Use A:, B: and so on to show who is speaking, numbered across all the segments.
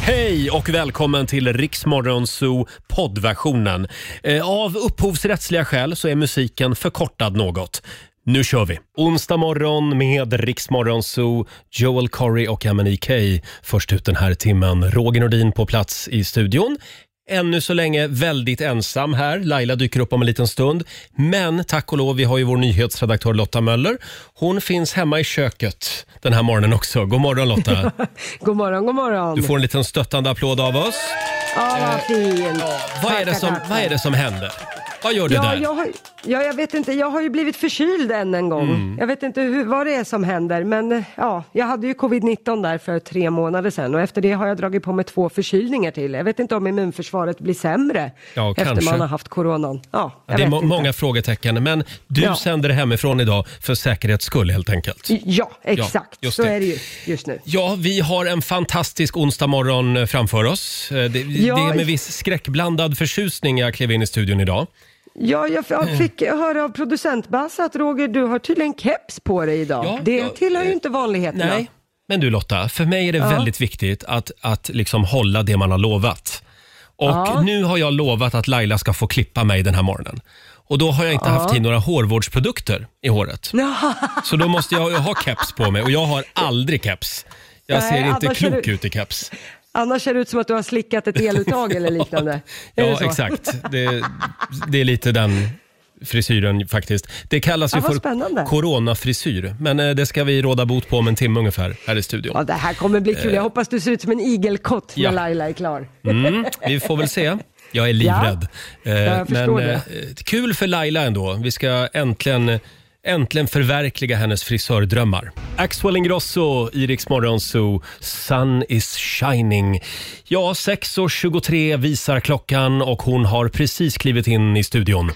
A: Hej och välkommen till Riksmorgon Zoo poddversionen. Eh, Av upphovsrättsliga skäl så är musiken förkortad något. Nu kör vi! Onsdag morgon med Riksmorgon Zoo, Joel Corey och Amani Kay. Först ut den här timmen. Roger Nordin på plats i studion. Ännu så länge väldigt ensam här. Laila dyker upp om en liten stund. Men tack och lov, vi har ju vår nyhetsredaktör Lotta Möller. Hon finns hemma i köket den här morgonen också. God morgon Lotta!
B: God morgon, god morgon.
A: Du får en liten stöttande applåd av oss.
B: Ja, vad fint.
A: Vad är det
B: Tack,
A: som,
B: tack,
A: vad är det som händer? Vad gör du
B: Ja,
A: där?
B: jag har, ja, jag vet inte. Jag har ju blivit förkyld än en gång.
A: Mm.
B: Jag vet inte hur, vad det är som händer, men eh, ja, jag hade ju covid-19 där för tre månader sedan och efter det har jag dragit på mig två förkylningar till. Jag vet inte om immunförsvaret blir sämre
A: Ja,
B: efter
A: kanske.
B: man har haft coronan. Ja, jag
A: det är
B: vet
A: må-
B: inte.
A: många frågetecken, men du
B: Ja.
A: sänder det hemifrån idag för säkerhets skull helt enkelt.
B: Ja, exakt.
A: just
B: Så
A: det.
B: är det ju just nu.
A: Ja, vi har en fantastisk onsdag morgon framför oss. Eh, Det,
B: Ja.
A: det är med viss skräckblandad förtjusning jag klev in i studion idag.
B: Ja, jag f- jag fick höra av producent Basse att Roger, du har tydligen keps på dig idag.
A: Ja,
B: det
A: ja,
B: tillhör
A: eh,
B: ju inte vanligheterna.
A: Nej, men du Lotta, för mig är det väldigt viktigt att, att liksom hålla det man har lovat. Och
B: Ja.
A: nu har jag lovat att Laila ska få klippa mig den här morgonen. Och då har jag inte haft in några hårvårdsprodukter i håret. Så då måste jag ha keps på mig och jag har aldrig keps. Jag
B: Nej,
A: ser inte
B: annars är
A: klok
B: du-
A: ut i keps.
B: Annars ser det ut som att du har slickat ett eluttag eller liknande. Är det
A: Ja,
B: så?
A: exakt. Det, det är lite den frisyren faktiskt. Det kallas ju
B: Ja, vad
A: för
B: spännande.
A: coronafrisyr, men eh, det ska vi råda bot på om en timme ungefär här i studion.
B: Ja, det här kommer bli kul. Jag hoppas du ser ut som en igelkott när
A: Eh. Ja.
B: Laila är klar.
A: Mm, vi får väl se. Jag är livrädd. Eh,
B: jag förstår
A: men,
B: det.
A: eh, Kul för Laila ändå. Vi ska äntligen, äntligen förverkliga hennes frisördrömmar. Axel Ingrosso, i Rix Morgon Zoo, Sun is shining. Ja, 6.23 visar klockan och hon har precis klivit in i studion.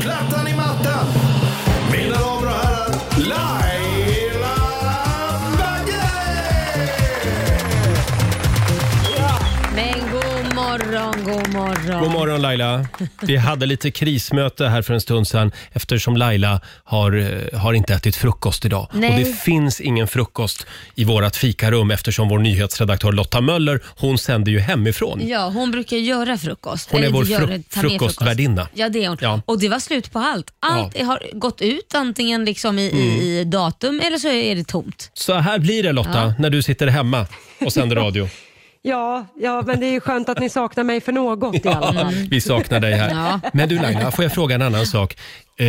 C: Plattan i mattan. Mina damer och herrar, Laila Bagge!
D: Men god morgon, god morgon.
A: God morgon Laila. Vi hade lite krismöte här för en stund sedan eftersom Laila har, eh, har inte ätit frukost idag. Och
D: Nej.
A: det finns ingen frukost i vårt fikarum eftersom vår nyhetsredaktör Lotta Möller, hon sänder ju hemifrån.
D: Ja, eh, hon brukar göra frukost.
A: Hon är
D: Eller
A: vår
D: göra-
A: fru-
D: ta med
A: frukostvärdinna.
D: Ja, det är hon.
A: Ja.
D: Och det var slut på allt. Allt
A: Ja. Mm.
D: har gått ut antingen liksom i, i i datum eller så är det tomt.
A: Så här blir det Lotta när du sitter hemma och sänder radio.
B: Ja, ja, men det är ju skönt att ni saknar mig för något i alla fall.
A: Vi saknar dig här.
D: Ja.
A: Men du Laila, får jag fråga en annan sak? Eh,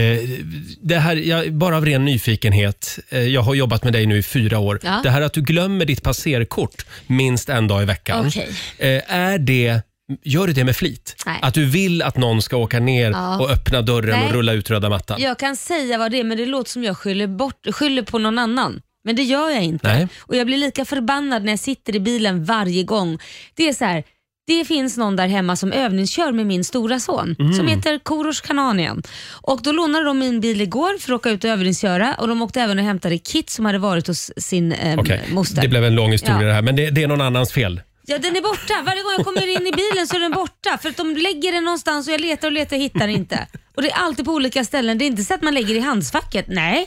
A: det här, jag, bara av ren nyfikenhet, eh, jag har jobbat med dig nu i fyra år.
D: Ja.
A: Det här att du glömmer ditt passerkort minst en dag i veckan.
D: Okej.
A: Eh, är det, gör du det med flit?
D: Nej.
A: Att du vill att någon ska åka ner
D: Ja.
A: och öppna dörren
D: Nej.
A: och rulla ut röda mattan?
D: Jag kan säga vad det är men det låter som jag skyller, bort, skyller på någon annan. Men det gör jag inte.
A: Nej.
D: Och jag blir lika förbannad när jag sitter i bilen varje gång. Det är så här, det finns någon där hemma som övningskör med min stora son
A: Mm.
D: som heter Korosh Kananian. Och då lånade de min bil igår för att åka ut och övningsköra och de åkte även och hämtade Kit som hade varit hos sin eh,
A: Okej,
D: moster.
A: Det blev en lång historia
D: Ja.
A: det här, men det, det är någon annans fel.
D: Ja, den är borta. Varje gång jag kommer in i bilen så är den borta. För att de lägger den någonstans och jag letar och letar och hittar den inte. Och det är alltid på olika ställen. Det är inte så att man lägger i handskfacket. Nej,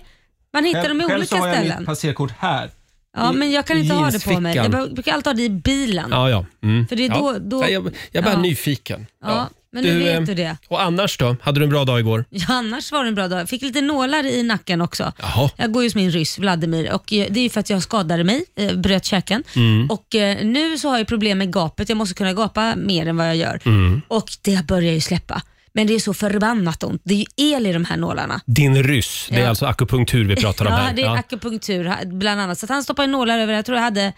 D: man hittar dem i
E: själv så
D: olika
E: har jag
D: ställen.
E: mitt passerkort här.
D: Ja,
E: i
D: men jag kan inte ha det på mig. Jag
A: jeansfickan.
D: brukar alltid ha det i bilen.
A: Ja, ja. Mm.
D: För det är då- då-
A: Nej, jag, jag är bara
D: ja.
A: nyfiken. eh,
D: Ja, men nu vet du det.
A: Och annars då? Hade du en bra dag igår?
D: Ja, annars var det en bra dag. Jag fick lite nålar i nacken också.
A: Jaha.
D: Jag går ju som min ryss Vladimir och eh, det är ju för att jag skadade mig, eh, bröt käken.
A: Mm.
D: Och eh, nu så har jag problem med gapet. Jag måste kunna gapa mer än vad jag
A: Mm.
D: gör. Och det börjar ju släppa. Men det är så förbannat ont. Det är ju el i de här nålarna.
A: Din ryss, det är
D: Ja.
A: alltså akupunktur vi pratar om
D: Ja,
A: här.
D: det är akupunktur ha- bland annat. Så att han stoppar ju nålar över, jag tror jag hade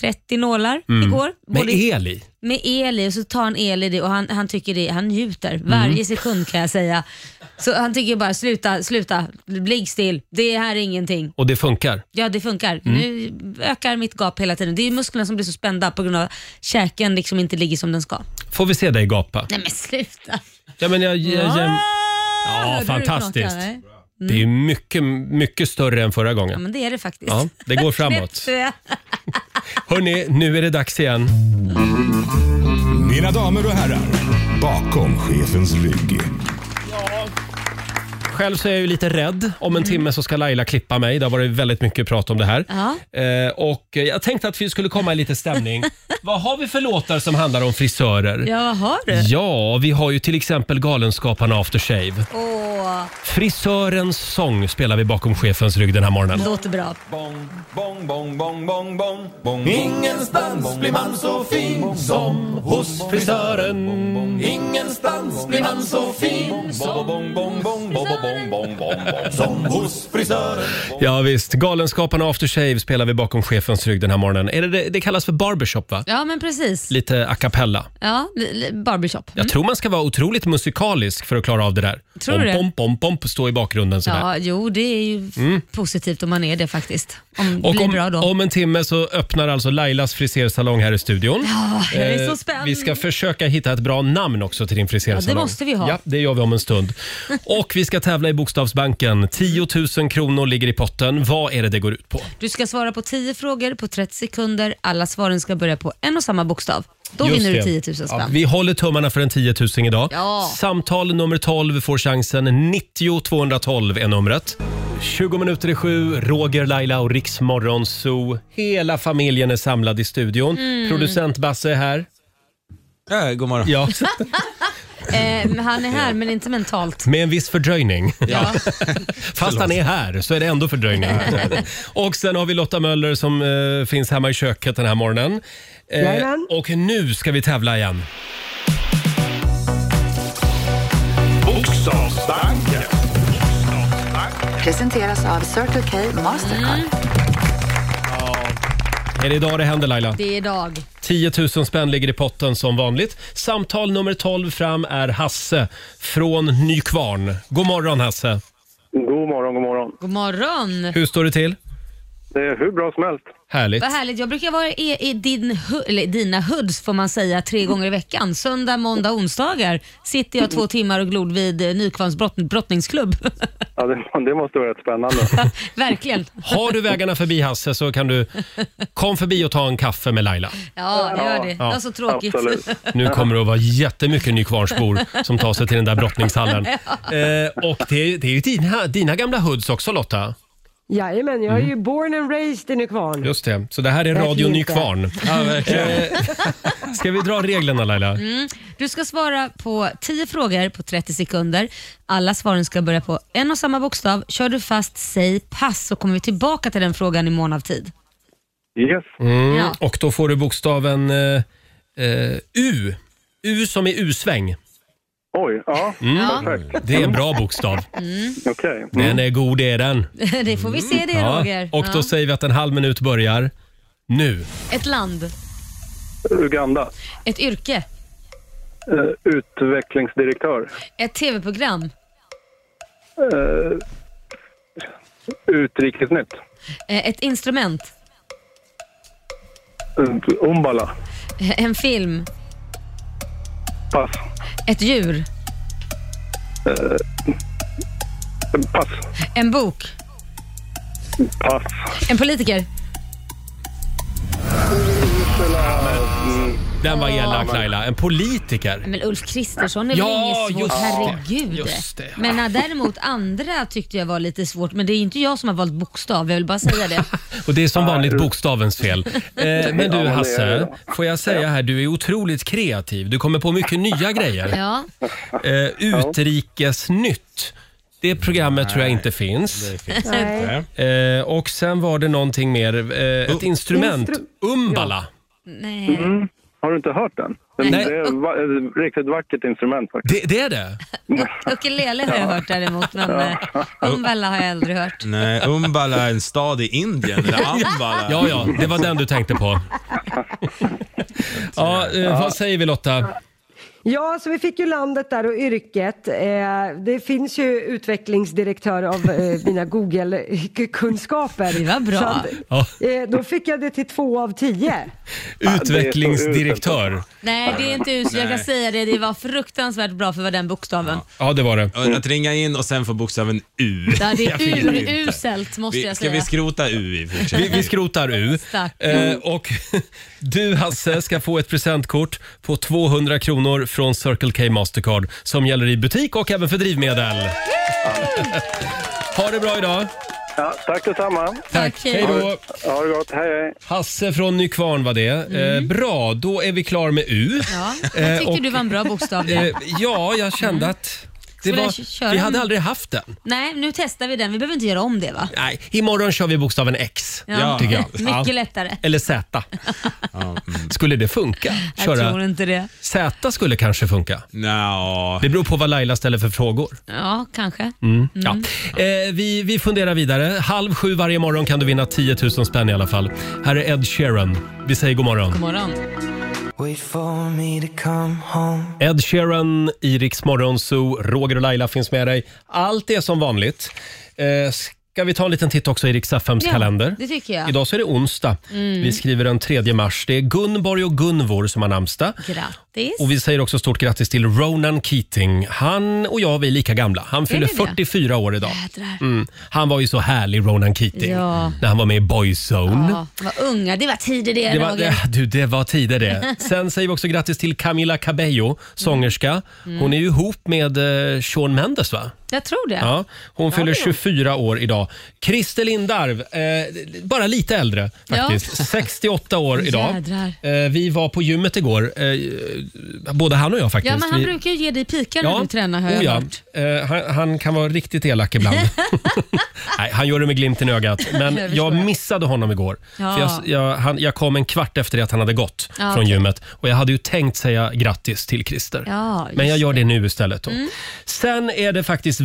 D: 30 nålar igår.
A: Men
D: Både-
A: Mm. el i?
D: med el i och så tar han el i det och han, han tycker det, han njuter varje
A: Mhm.
D: sekund kan jag säga. Så han tycker bara sluta, sluta, ligg still, det här är ingenting.
A: Och det funkar?
D: Ja det funkar,
A: Mm.
D: nu ökar mitt gap hela tiden. Det är musklerna som blir så spända på grund av att käken liksom inte ligger som den ska.
A: Får vi se dig gapa?
D: Nej men sluta.
A: Ja, men jag, jag, jag,
D: Hörde du det
A: fantastiskt.
D: knakar, nej? Mm.
A: det är ju mycket, mycket större än förra
D: Ja
A: gången.
D: men det är det faktiskt.
A: Ja, det går framåt.
D: Knäppt, eh,
A: Hörni, nu är det dags igen.
C: Mina damer och herrar, bakom chefens rygg.
A: Själv så är jag ju lite rädd. Om en timme så ska Laila klippa mig. Det har varit väldigt mycket prat om det här.
D: Mm. Ja.
A: Eh, och jag tänkte att vi skulle komma i lite stämning. Vad har vi för låtar som handlar om frisörer?
D: Ja, vad har du?
A: Ja, vi har ju till exempel Galenskaparna After Shave.
D: Åh,
A: Frisörens sång spelar vi bakom chefens rygg den här morgonen.
D: låter bra.
C: Bong, bong, bong, bong, bong, bong, bong. Ingenstans blir man så fin som hos
A: frisören.
C: Ingenstans blir man så fin som bong, bong, bong, bong, bong, bong, bong, bong, som hos frisören.
A: Ja visst, Galenskaparna After Shave spelar vi bakom chefens rygg den här morgonen. Är det, det, det kallas för barbershop va?
D: Ja, men precis.
A: Lite a cappella.
D: Ja, li- li- barbershop.
A: Jag tror man ska vara otroligt musikalisk för att klara av det där.
D: Mm. Tror du det?
A: Pom, pom, pom, pom, stå i bakgrunden sådär. Mm.
D: Ja, jo, det är ju positivt om man är det faktiskt. Om det
A: Och
D: blir
A: om,
D: bra då.
A: om en timme så öppnar alltså Lailas frisersalong här i studion. Eh,
D: Ja, jag är så spänd.
A: vi ska försöka hitta ett bra namn också till din frisersalong.
D: Ja, det måste vi ha.
A: Ja, det gör vi om en stund. Och vi ska tävla i Bokstavsbanken. 10 000 kronor ligger i potten. Vad är det det går ut på?
D: Du ska svara på 10 frågor på 30 sekunder. Alla svaren ska börja på en och samma bokstav. Då
A: Just
D: vinner du
A: det.
D: 10 000 spänn.
A: Ja, vi håller tummarna för en 10 000 idag.
D: Ja.
A: Samtal nummer 12 får chansen. 90 212 är numret. 20 minuter i sju, Roger, Laila och Riksmorgon Zoo. Hela familjen är samlad i studion.
D: Mm.
A: Producent Basse är här.
E: Ja, god morgon.
A: Ja,
D: Eh, han är här men inte mentalt.
A: med en viss fördröjning.
D: Ja.
A: Fast han är här så är det ändå fördröjning. och sen har vi Lotta Möller som eh, finns hemma i köket den här morgonen. Eh,
B: Jajamän.
A: och nu ska vi tävla igen.
C: Bokstavsbanken.
F: Presenteras av Circle K Mastercard.
D: Mm,
A: Är det idag det händer Laila?
D: Det är idag.
A: 10 000 spänn ligger i potten som vanligt. Samtal nummer 12 fram är Hasse från Nykvarn. God morgon Hasse!
G: God morgon, god morgon.
D: God morgon.
A: Hur står det till?
G: Det är hur bra som helst.
A: Härligt.
D: Vad härligt. Jag brukar vara i, i din, hu- eller dina hoods får man säga tre gånger i veckan. Söndag, måndag, onsdagar sitter jag två timmar och glor vid eh, Nykvarns brott, brottningsklubb.
G: Ja, det, det måste vara rätt spännande.
D: Verkligen.
A: Har du vägarna förbi Hasse så kan du kom förbi och ta en kaffe med Laila.
D: Ja, jag gör det. Det var så tråkigt.
G: Absolut.
A: Nu kommer det att vara jättemycket Nykvarnsbor som tar sig till den där brottningshallen. Eh, och det är, det är ju dina, dina gamla hoods också Lotta.
B: Jajamän, jag är ju
A: Mm.
B: born and raised i Nykvarn.
A: Just det, så det här är Radio
B: Verkligen inte.
A: Nykvarn. Eh, ska vi dra reglerna Laila?
D: Mm. Du ska svara på 10 frågor på 30 sekunder. Alla svaren ska börja på en och samma bokstav. Kör du fast, säg pass så kommer vi tillbaka till den frågan i mån av tid.
G: Yes.
D: Ja.
A: Mm. Och då får du bokstaven eh, eh, U. U som i U-sväng. Mm.
G: Oj, ja. Perfekt.
A: Det är en bra bokstav.
G: Okej. Mm.
A: Den är god, det är den.
D: Det får vi se Mm. det Roger.
A: Mm. Och då
D: Ja.
A: säger vi att en halv minut börjar nu.
D: Ett land,
G: Uganda.
D: ett yrke,
G: Eh, utvecklingsdirektör.
D: ett tv-program,
G: Eh, utrikesnytt.
D: eh, ett instrument,
G: Eh, Umbala.
D: eh, en film,
G: Pass.
D: ett djur,
G: Eh, Pass.
D: en bok,
G: Pass.
D: en politiker.
G: Mm.
A: Den var elak Laila. En politiker.
D: Men Ulf Kristersson är
A: Ja,
D: väl inget svårt?
A: just det.
D: Herregud.
A: Just det.
D: Men eh, däremot andra tyckte jag var lite svårt. Men det är inte jag som har valt bokstav, jag vill bara säga det.
A: Och det är som vanligt bokstavens fel. Eh, men
G: men
A: du
G: det är
A: Hasse,
G: det
A: får jag säga här, du är otroligt kreativ. Du kommer på mycket nya grejer.
D: Ja.
A: Eh, Utrikesnytt. Det programmet tror jag inte finns.
B: Nej.
A: Eh, och sen var det någonting mer. Eh, ett instrument.
B: Instru-
A: Umbala.
D: Nej.
G: Mm. Har du inte hört den? Den-
A: Nej.
G: Det är va- ett riktigt vackert instrument faktiskt.
A: Det, det är det?
D: Ukulele har jag hört däremot, men eh, umbella har jag aldrig hört.
E: Nej, Umballa är en stad i Indien. Eller Ambala.
A: Ja, ja, det var den du tänkte på. Ja, eh, vad säger vi Lotta?
B: Ja, så vi fick ju landet där och yrket. Eh, det finns ju utvecklingsdirektör av eh, mina Google-kunskaper.
D: Det var bra.
B: Så att,
A: Ja,
B: eh, då fick jag det till två av tio.
A: utvecklingsdirektör.
D: Nej, det är inte uselt. Jag kan säga det. Det var fruktansvärt bra för vad den bokstaven.
A: Ja, det var det.
E: Att ringa in och sen få bokstaven U.
D: Ja, det
E: Jag
D: är
E: vet inte.
D: uruselt måste
E: Vi,
D: jag
E: ska
D: säga.
E: vi skrota U i och för sig?
A: Vi, vi skrotar U.
D: Stackarn.
A: Eh, och du Hasse ska få ett presentkort på 200 kronor från Circle K Mastercard som gäller i butik och även för drivmedel. Ha det bra idag.
G: Ja, tack detsamma.
D: Tack.
A: Hej då.
G: Ha det gott. Hej, hej.
A: Hasse från Nykvarn var det. Eh, bra, då är vi klar med U.
D: Ja,
A: Eh,
D: jag tycker
A: och-
D: du var en bra bokstav.
A: Eh, ja, jag
D: Mm.
A: kände att det
D: Ska vi
A: var,
D: köra
A: vi
D: den?
A: hade aldrig haft den.
D: Nej, nu testar vi den. Vi behöver inte göra om det va?
A: Nej, imorgon kör vi bokstaven X.
E: Ja.
A: Tycker jag.
D: Mycket
A: Ja.
D: lättare. mm.
A: Eller Z. Skulle det funka?
D: Jag tror
A: Köra
D: inte det.
A: Z skulle kanske funka.
E: Nja,
A: Det beror på vad Laila ställer för frågor. Mm.
D: Ja, kanske. Mm.
A: Ja. Eh, vi, vi funderar vidare. Halv sju varje morgon kan du vinna 10 000 spänn i alla fall. Här är Ed Sheeran. Vi säger god morgon.
D: God morgon.
A: Ed Sheeran, Iriks morgonzoo, Roger och Laila finns med dig. Allt är som vanligt. Eh, ska vi ta en liten titt också i Riks FMs
D: Ja,
A: kalender?
D: det tycker jag. Mm.
A: Idag så är det onsdag. Vi skriver den 3 mars. Det är Gunborg och Gunvor som har namnsdag.
D: Grattis.
A: Och vi säger också stort grattis till Ronan Keating. Han och jag, vi är lika gamla. Han fyller
D: det?
A: 44 år idag.
D: Jädrar.
A: Mm. Han var ju så härlig, Ronan Keating,
D: Ja.
A: när han var med i Boyzone.
D: Ja, vad unga. Det var tider det,
A: Det var,
D: Roger.
A: det, du, det var tider det. Sen säger vi också grattis till Camila Cabello, sångerska.
D: Mm.
A: Hon är ju ihop med eh, Shawn Mendes va?
D: Jag tror det.
A: Ja, hon fyller
D: det är hon.
A: 24 år idag. Christer Lindarw, eh, bara lite äldre faktiskt. 68 år idag.
D: Jädrar.
A: Eh, vi var på gymmet igår, eh, både han och jag faktiskt.
D: Ja, men han
A: vi,
D: brukar ju ge dig pikar när du tränar har
A: oh
D: jag
A: ja.
D: hört.
A: Eh, han, han kan vara riktigt elak ibland. Nej, han gör det med glimten i ögat. Men jag,
D: Jag förstår.
A: missade honom igår.
D: Ja.
A: För jag, jag, han, jag kom en kvart efter det att han hade gått
D: Ja,
A: från
D: okej.
A: gymmet. Och Jag hade ju tänkt säga grattis till Christer.
D: Ja, just Mm.
A: men jag gör det nu istället. Då. Sen är det faktiskt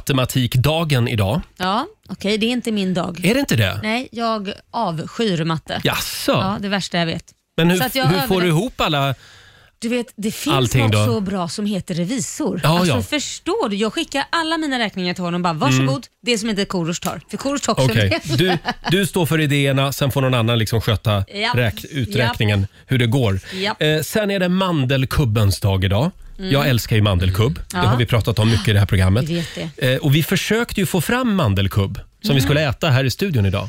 A: världsmatematikdagen idag.
D: Ja, okej, det är inte min dag.
A: Är det inte det?
D: Nej, jag avskyr matte.
A: Jaså?
D: Ja, det värsta jag vet.
A: Men hur,
D: Så att jag
A: hur får
D: överlä-
A: du ihop alla...
D: Du vet, det finns
A: Allting
D: något
A: då?
D: så bra som heter revisor.
A: Ja,
D: alltså,
A: ja. Mm.
D: Förstår du? Jag skickar alla mina räkningar till honom och bara varsågod, det som inte Korosh tar. För Korosh tar också
A: Okej,
D: det.
A: du, du står för idéerna, sen får någon annan liksom sköta
D: Japp.
A: räk, uträkningen, hur det går.
D: Japp. Mm.
A: Eh, sen är det mandelkubbens dag idag. Jag älskar ju mandelkubb. Det
D: Ja.
A: har vi pratat om mycket i det här programmet.
D: Vi vet Mm.
A: Eh, och vi försökte ju få fram mandelkubb som vi skulle äta här i studion idag.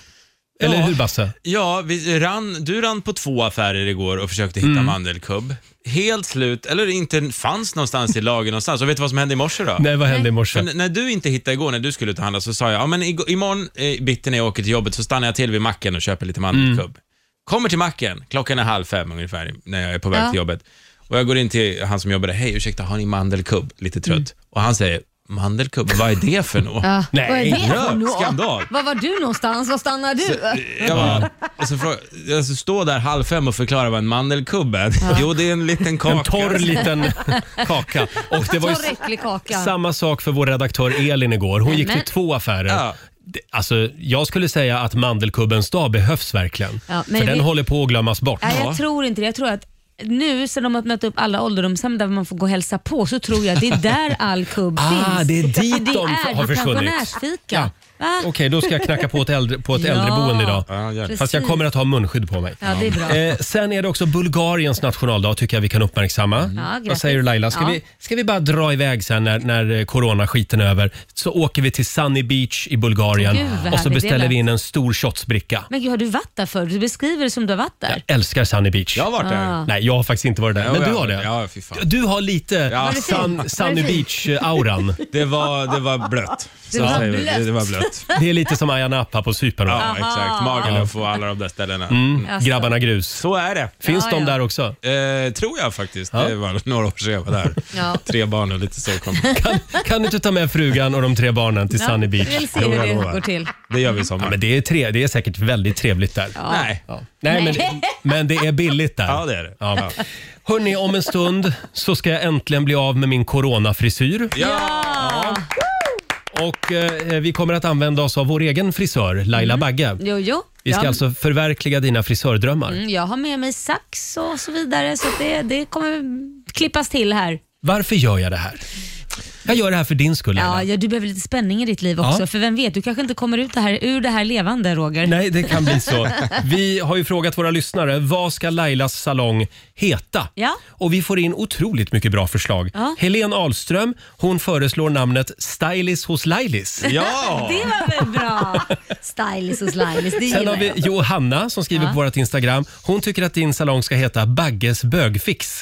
A: Eller
E: Ja.
A: hur Basse?
E: ja vi rann, du rann på två affärer igår och försökte hitta
A: Mm.
E: mandelkubb. Helt slut, eller inte fanns någonstans i lager någonstans. Och vet du vad som hände i morse då?
A: Nej, vad hände i morse?
E: För n- när du inte hittade igår, när du skulle ut och handla, så sa jag, ja men ig- imorgon eh, bitti när jag åker till jobbet så stannar jag till vid macken och köper lite mandelkubb.
D: Mm.
E: Kommer till macken, klockan är halv fem ungefär, när jag är på väg
D: Ja.
E: till jobbet. Och jag går in till han som jobbar där, hej ursäkta, har ni mandelkubb? Lite trött. Och han säger, mandelkubb, vad är det för något?
D: Mm. Ja.
A: Nej.
D: Vad är det för
E: Ja,
D: nå?
E: skandal. eh,
D: Var var du någonstans? Var stannar du?
E: Jag bara, och så fråga, alltså stå där halv fem och förklara vad en mandelkubb är. Jo, det är en liten kaka.
A: En torr liten kaka. Och det var ju
D: Torr äcklig kaka.
A: samma sak för vår redaktör Elin igår. Hon gick till
D: Nämen.
A: två affärer.
E: Ja.
A: Det- Alltså, jag skulle säga att mandelkubbens dag behövs verkligen.
D: Ja, men
A: för den
D: vi-
A: håller på att glömmas bort.
D: Nej, jag tror inte det. Jag tror att nu sen de har öppnat upp alla ålderdomshem där man får gå och hälsa på så tror jag att det är där all kubb
A: Ah,
D: finns.
A: det är dit
D: det
A: de
D: är
A: har
D: vid
A: försvunnit.
D: pensionärsfika. Va?
A: Okej, då ska jag knacka på ett, äldre, på ett
D: Ja,
A: äldreboende idag.
E: Ja, gärna.
A: Fast jag
D: precis.
A: kommer att ha munskydd på mig.
D: Ja, det är bra.
A: Eh, sen är det också Bulgariens nationaldag tycker jag vi kan uppmärksamma. Vad
D: Mm. grattis.
A: säger du Laila? Ska,
D: Ja.
A: vi, ska vi bara dra iväg sen när, när eh, coronaskiten är över? Så åker vi till Sunny Beach i Bulgarien
D: Gud, vad
A: och så
D: härligt
A: beställer
D: det
A: vi in en stor shotsbricka.
D: Men gud, har du varit där förr? Du beskriver det som du har varit där.
A: Jag älskar Sunny Beach.
E: Jag har varit där.
D: Ah.
A: Nej, jag har faktiskt inte varit där.
E: Jo,
A: Men
E: jag
A: du har
E: har-
A: det?
E: ja, fy fan.
A: Du har lite
E: Var
D: det
A: sun,
D: fint? Var
A: Sunny
D: det fint?
A: Beach-auran.
E: Det var, det var blött. Det
D: var
E: Det, det var blött.
A: Det är lite som Ayia Napa på Cypern.
E: Ja,
A: va?
E: exakt. Magaluf och alla de där ställena. Mm.
D: Alltså.
A: Mm. Grabbarna Grus.
E: Så är det.
A: Finns
D: Ja,
A: de
D: ja.
A: där också?
E: Eh, tror jag faktiskt. Det var några år sedan jag var där.
D: Ja.
E: Tre barn och lite så kom.
A: Kan, kan du inte ta med frugan och de tre barnen till Sunny
D: Ja, vi
A: Beach?
D: vill se hur
E: Jo,
D: det
E: jo.
D: går till.
E: Det gör vi i sommar.
A: Ja, men det, är tre, det är säkert väldigt trevligt där.
E: Nej.
A: Ja. Nej, men, men det är billigt där.
E: Ja, det är det.
A: Ja. Hörni, om en stund så ska jag äntligen bli av med min coronafrisyr.
E: Ja.
A: Och eh, vi kommer att använda oss av vår egen frisör, Laila Bagge.
D: Jo, jo.
A: Vi ska
D: Mm. Ja.
A: alltså förverkliga dina frisördrömmar.
D: Mm, Jag har med mig sax och så vidare så att det, det kommer klippas till här.
A: Varför gör jag det här? Jag gör det här för din skull
D: Ja,
A: Laila.
D: ja, du behöver lite spänning i ditt liv också.
A: Ja.
D: För vem vet, du kanske inte kommer ut det här, ur det här levande, Roger.
A: Nej, det kan bli så. Vi har ju frågat våra lyssnare, vad ska Lailas salong heta?
D: Ja.
A: Och vi får in otroligt mycket bra förslag.
D: Ja.
A: Helene Ahlström, hon föreslår namnet Stylis hos Lailis.
E: Ja!
D: Det var väl bra? Stylish och stylish, det
A: Sen
D: gillar
A: har vi
D: jag.
A: Johanna som skriver på vårt Instagram. Hon tycker att din salong ska heta Bagges bögfix.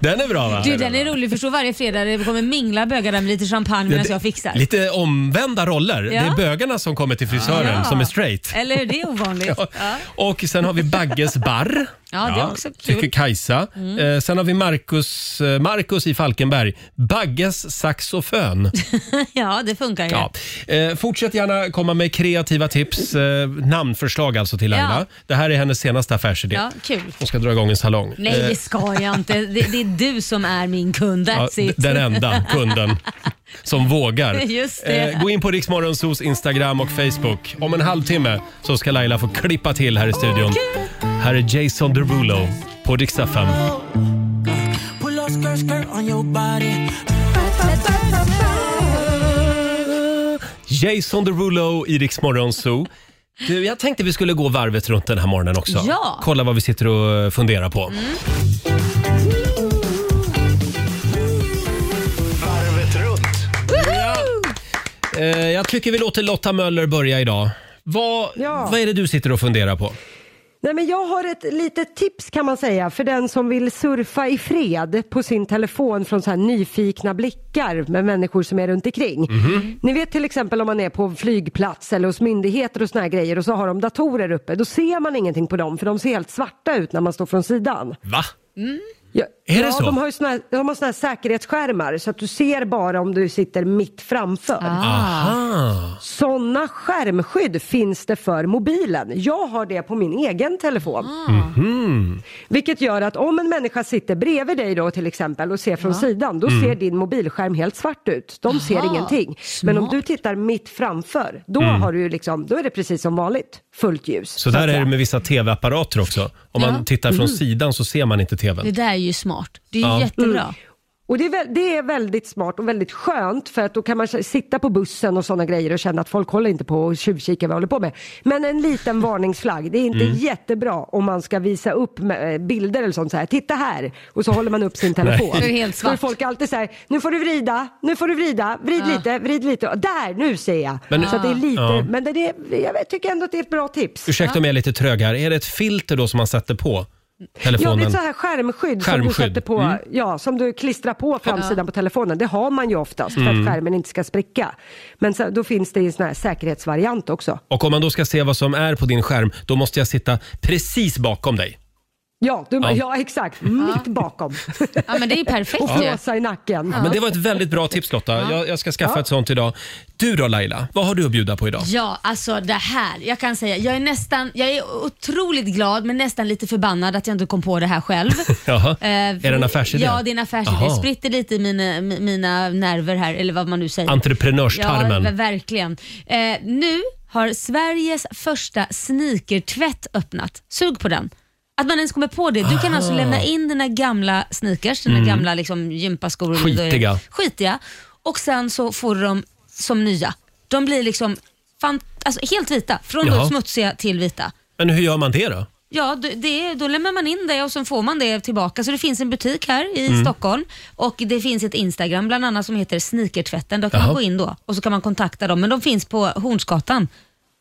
A: den är bra va?
D: Du, den är rolig. Förstå varje fredag det kommer mingla bögar där med lite champagne medan
A: det-
D: jag fixar.
A: Lite omvända roller.
D: Ja.
A: Det är bögarna som kommer till frisören
D: Ja.
A: som är straight.
D: Eller hur? Det är ovanligt.
A: Ja.
D: Ja.
A: Och sen har vi Bagges bar.
D: Ja, det är också kul. Mm.
A: Tycker Kajsa. Eh, sen har vi Marcus, eh, Marcus i Falkenberg. Bagges saxofön.
D: ja, det funkar ju.
A: Ja. Eh, fortsätt gärna komma med kreativa tips. Eh, namnförslag alltså till Laila.
D: Ja.
A: Det här är hennes senaste affärsidé.
D: Ja, kul.
A: Hon ska dra igång en salong. Eh,
D: Nej, det ska jag inte. Det, det är du som är min kund.
A: Ja,
D: That's
A: d-
D: it.
A: den enda kunden som vågar. Eh,
D: Just det.
A: gå in på Riksmorgonsos Instagram och Facebook. Om en halvtimme så ska Laila få klippa till här i studion. Här är Jason Derulo på Rix FM. Jason Derulo i Rix Morgonzoo. Du, jag tänkte vi skulle gå varvet runt den här morgonen också.
D: Ja.
A: Kolla vad vi sitter och funderar på.
B: Mm.
C: Varvet runt.
A: Eh, jag tycker vi låter Lotta Möller börja idag. Vad,
B: Ja.
A: vad är det du sitter och funderar på?
B: Nej, men jag har ett litet tips kan man säga för den som vill surfa i fred på sin telefon från så här nyfikna blickar med människor som är runt omkring.
A: Mhm.
B: Ni vet till exempel om man är på en flygplats eller hos myndigheter och såna här grejer och så har de datorer uppe. Då ser man ingenting på dem för de ser helt svarta ut när man står från sidan.
A: Va?
B: Mm. Ja,
A: Är det
B: ja,
A: så?
B: De har ju såna här, de har såna här säkerhetsskärmar så att du ser bara om du sitter mitt framför.
A: Aha.
B: Sådana skärmskydd finns det för mobilen. Jag har det på min egen telefon.
H: Ah.
A: Mm-hmm.
B: Vilket gör att om en människa sitter bredvid dig då till exempel och ser från sidan,
A: Mm.
B: då ser din mobilskärm helt svart ut. De ser ingenting. Men om du tittar mitt framför, då,
A: Mm.
B: har du ju liksom, då är det precis som vanligt, fullt ljus.
A: Så
B: att
A: där är
B: säga.
A: det med vissa tv-apparater också. Om man tittar från
B: Mm-hmm.
A: sidan så ser man inte
D: Det
A: tvn.
D: där är ju smart. Det är ju
A: Ja.
D: jättebra.
B: Mm. Och det är, väl, det är väldigt smart och väldigt skönt för att då kan man s- sitta på bussen och sådana grejer och känna att folk håller inte på och tjuvkikar vad jag håller på med. Men en liten varningsflagg, det är inte
A: Mm.
B: jättebra om man ska visa upp med- eh, bilder eller sånt så här. Titta här! Och så håller man upp sin telefon.
D: Det är helt
B: Då är
D: svart.
B: folk alltid så här, nu får du vrida, nu får du vrida, vrid lite, vrid lite. Och Där, nu ser jag!
A: Men-
B: så att det är lite,
A: Ja.
B: men det är, jag vet- tycker ändå att det är ett bra tips.
A: Ursäkta om jag är lite trög här. Är det ett filter då som man sätter på
B: Ja, det är
A: telefonen?
B: ett så här skärmskydd,
A: Skärmskydd, Mm.
B: som du sätter på, ja, som du klistrar på framsidan på telefonen. Det har man ju oftast för
A: Mm.
B: att skärmen inte ska spricka. Men så, då finns det ju en sån här säkerhetsvariant också.
A: Och om man då ska se vad som är på din skärm, då måste jag sitta precis bakom dig.
B: Ja, du,
A: Ja.
B: ja. exakt. Mitt bakom.
D: Ja, men det är ju perfekt
B: Och
D: ju.
B: flåsa i nacken.
A: Men det var ett väldigt bra tips Lotta. Jag, jag ska skaffa ett sånt idag. Du då Laila, vad har du att bjuda på idag?
D: Ja, alltså det här. Jag kan säga, jag är nästan, jag är otroligt glad men nästan lite förbannad att jag inte kom på det här själv.
A: Jaha.
D: Eh,
A: är det en affärsidé?
D: Ja, det är en affärsidé.
A: Jaha.
D: Det spritter lite i mina, mi- mina nerver här, eller vad man nu säger. Ja,
A: Entreprenörstarmen.
D: ver- verkligen. Eh, nu har Sveriges första sneakertvätt öppnat. Sug på den. Att man ens kommer på det. Du kan alltså lämna in dina gamla sneakers, dina gamla liksom, gympaskor. och-
A: Mm. Skitiga.
D: Skitiga. Och sen så får du dem som nya. De blir liksom fan, alltså, helt vita. Från
A: Jaha.
D: då smutsiga till vita.
A: Men hur gör man det då?
D: Ja, d- det, då lämnar man in det och så får man det tillbaka. Så det finns en butik här i
A: Mm.
D: Stockholm och det finns ett Instagram bland annat som heter Sneakertvätten. Då kan
A: Jaha.
D: man gå in då och så kan man kontakta dem. Men de finns på Hornsgatan.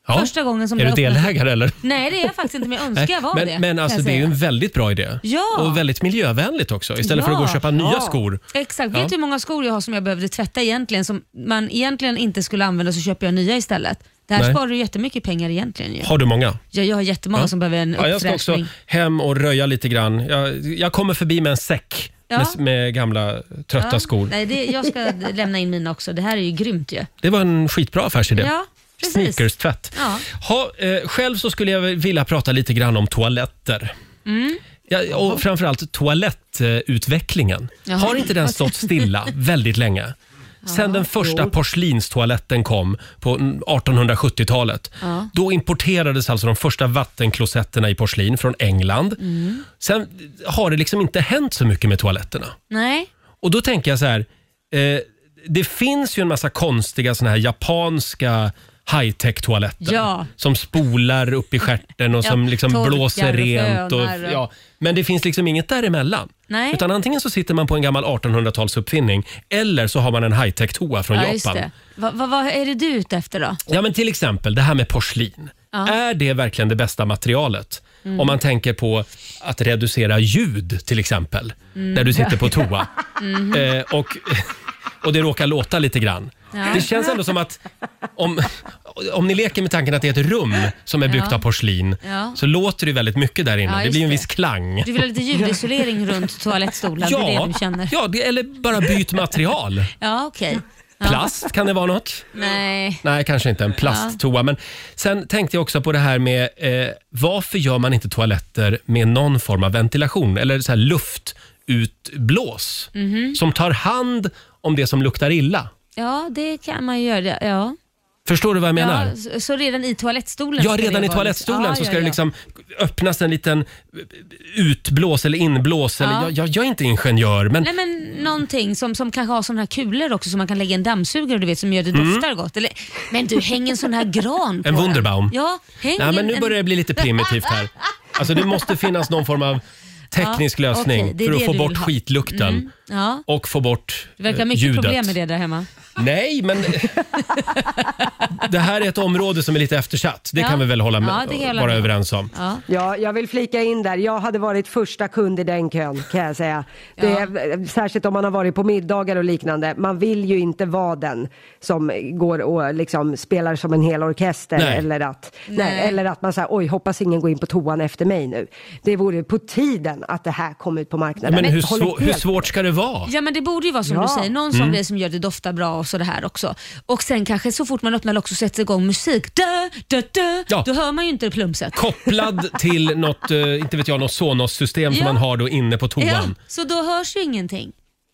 A: Ja.
D: Första gången som
A: är
D: det
A: du
D: öppnas-
A: delägare eller?
D: Nej, det är jag faktiskt inte, men jag önskar jag var
A: men,
D: det. kan
A: Men
D: jag
A: alltså det är ju
D: säga.
A: en väldigt bra idé.
D: Ja.
A: Och väldigt miljövänligt också. Istället för att gå och
D: Ja.
A: köpa nya skor.
D: Exakt.
A: Ja.
D: Vet du hur många skor jag har som jag behövde tvätta egentligen, som man egentligen inte skulle använda, så köper jag nya istället. Det här
A: Nej.
D: sparar ju jättemycket pengar egentligen. Ju.
A: Har du många?
D: Jag, jag har jättemånga som behöver en
A: ja, jag ska också
D: uppfräschning.
A: hem och röja lite grann. Jag, jag kommer förbi med en säck
D: Ja.
A: med, med gamla trötta
D: Ja.
A: skor.
D: Nej, det, jag ska lämna in mina också. Det här är ju grymt ju.
A: Det var en skitbra affärsidé.
D: Ja, precis.
A: Sneakers-tvätt.
D: Ja.
A: Ha, eh, själv så skulle jag vilja prata lite grann om toaletter.
D: Mm.
A: Ja, och framförallt toalettutvecklingen.
D: Jaha.
A: Har inte den stått stilla väldigt länge? Sen den första porslinstoaletten kom på 1870-talet. Då importerades alltså de första vattenklosetterna i porslin från England.
D: Mm.
A: Sen har det liksom inte hänt så mycket med toaletterna.
D: Nej.
A: Och då tänker jag så här. Eh, det finns ju en massa konstiga såna här japanska high-tech toaletter.
D: Ja.
A: Som spolar upp i stjärten och
D: Ja,
A: som liksom
D: torkar
A: blåser
D: och
A: rent. Och,
D: fönar och-
A: ja. Men det finns liksom inget däremellan.
D: Nej.
A: Utan antingen så sitter man på en gammal 1800-talsuppfinning eller så har man en high-tech toa från
D: Ja, just
A: Japan.
D: det. Vad va, vad är det du är ute efter då?
A: Ja, men till exempel det här med porslin. Är det verkligen det bästa materialet?
D: Mm.
A: Om man tänker på att reducera ljud till exempel,
D: Mm.
A: när du sitter på toa. Eh, och, och det råkar låta lite grann. Det känns ändå som att om, om ni leker med tanken att det är ett rum som är byggt
D: Ja.
A: av porslin
D: Ja.
A: så låter det väldigt mycket där inne.
D: Ja,
A: det
D: just
A: blir ju en
D: det.
A: viss klang.
D: Du vill ha lite ljudisolering runt toalettstolen? Ja. Det är det du känner?
A: ja det, eller bara byt material.
D: Ja, okej.
A: Plast kan det vara något.
D: Nej.
A: Nej, kanske inte en plasttoa. Men sen tänkte jag också på det här med eh, varför gör man inte toaletter med någon form av ventilation eller så här luftutblås
D: Mm.
A: som tar hand om det som luktar illa.
D: Mhm. Ja, det kan man ju göra. Ja.
A: Förstår du vad jag menar?
D: Ja, så- så redan i toalettstolen?
A: Ja,
D: ska det
A: redan
D: ju
A: i
D: vara
A: toalettstolen
D: liksom-
A: så
D: Ja,
A: ska
D: ja,
A: det
D: ja.
A: liksom öppnas en liten eh, utblås eller inblås. Eller,
D: Ja.
A: jag, jag, jag är inte ingenjör, men
D: Ah. Nej men någonting som, som kanske har sådana här kulor också som man kan lägga en dammsugare du vet som gör det doftar gott. Eller, men du, häng en sån här gran på
A: Mm. En
D: den.
A: Wunderbaum.
D: Ja, häng
A: Nej, men
D: in
A: nu
D: en-
A: börjar det bli lite primitivt här. Alltså det måste finnas någon form av teknisk
D: Ja,
A: lösning
D: okej, det är
A: för att
D: det
A: få
D: du
A: bort
D: vill ha. Mm.
A: skitlukten
D: Ja,
A: och få bort
D: det verkar
A: eh,
D: mycket
A: ljudet.
D: problem med det där hemma.
A: Nej, men det här är ett område som är lite eftersatt. Det
D: Ja.
A: kan vi väl hålla med,
D: Ja, det kan jag hålla
A: vara
D: med om.
A: överens om.
D: Ja.
B: Ja, jag vill flika in där. Jag hade varit första kund i den kön kan jag säga. Det är, särskilt om man har varit på middagar och liknande. Man vill ju inte vara den som går och liksom spelar som en hel orkester.
A: Nej.
B: Eller att, nej.
D: Nej.
B: eller att man säger oj hoppas ingen går in på toan efter mig nu. Det vore på tiden att det här kom ut på marknaden.
A: Men, hur,
B: håll
A: svå-
B: helt
A: hur svårt ska det vara?
D: Ja men det borde ju vara som
B: Ja.
D: du säger, någon sån
A: Mm.
D: grej som gör det dofta bra och sådär här också. Och sen kanske så fort man öppnar lock så sätts igång musik. Dö, dö, dö.
A: Ja.
D: Då hör man ju inte det plumset.
A: Kopplad till något, eh, inte vet jag, något Sonos-system som
D: Ja.
A: man har då inne på toan.
D: Ja, så då hörs ju ingenting.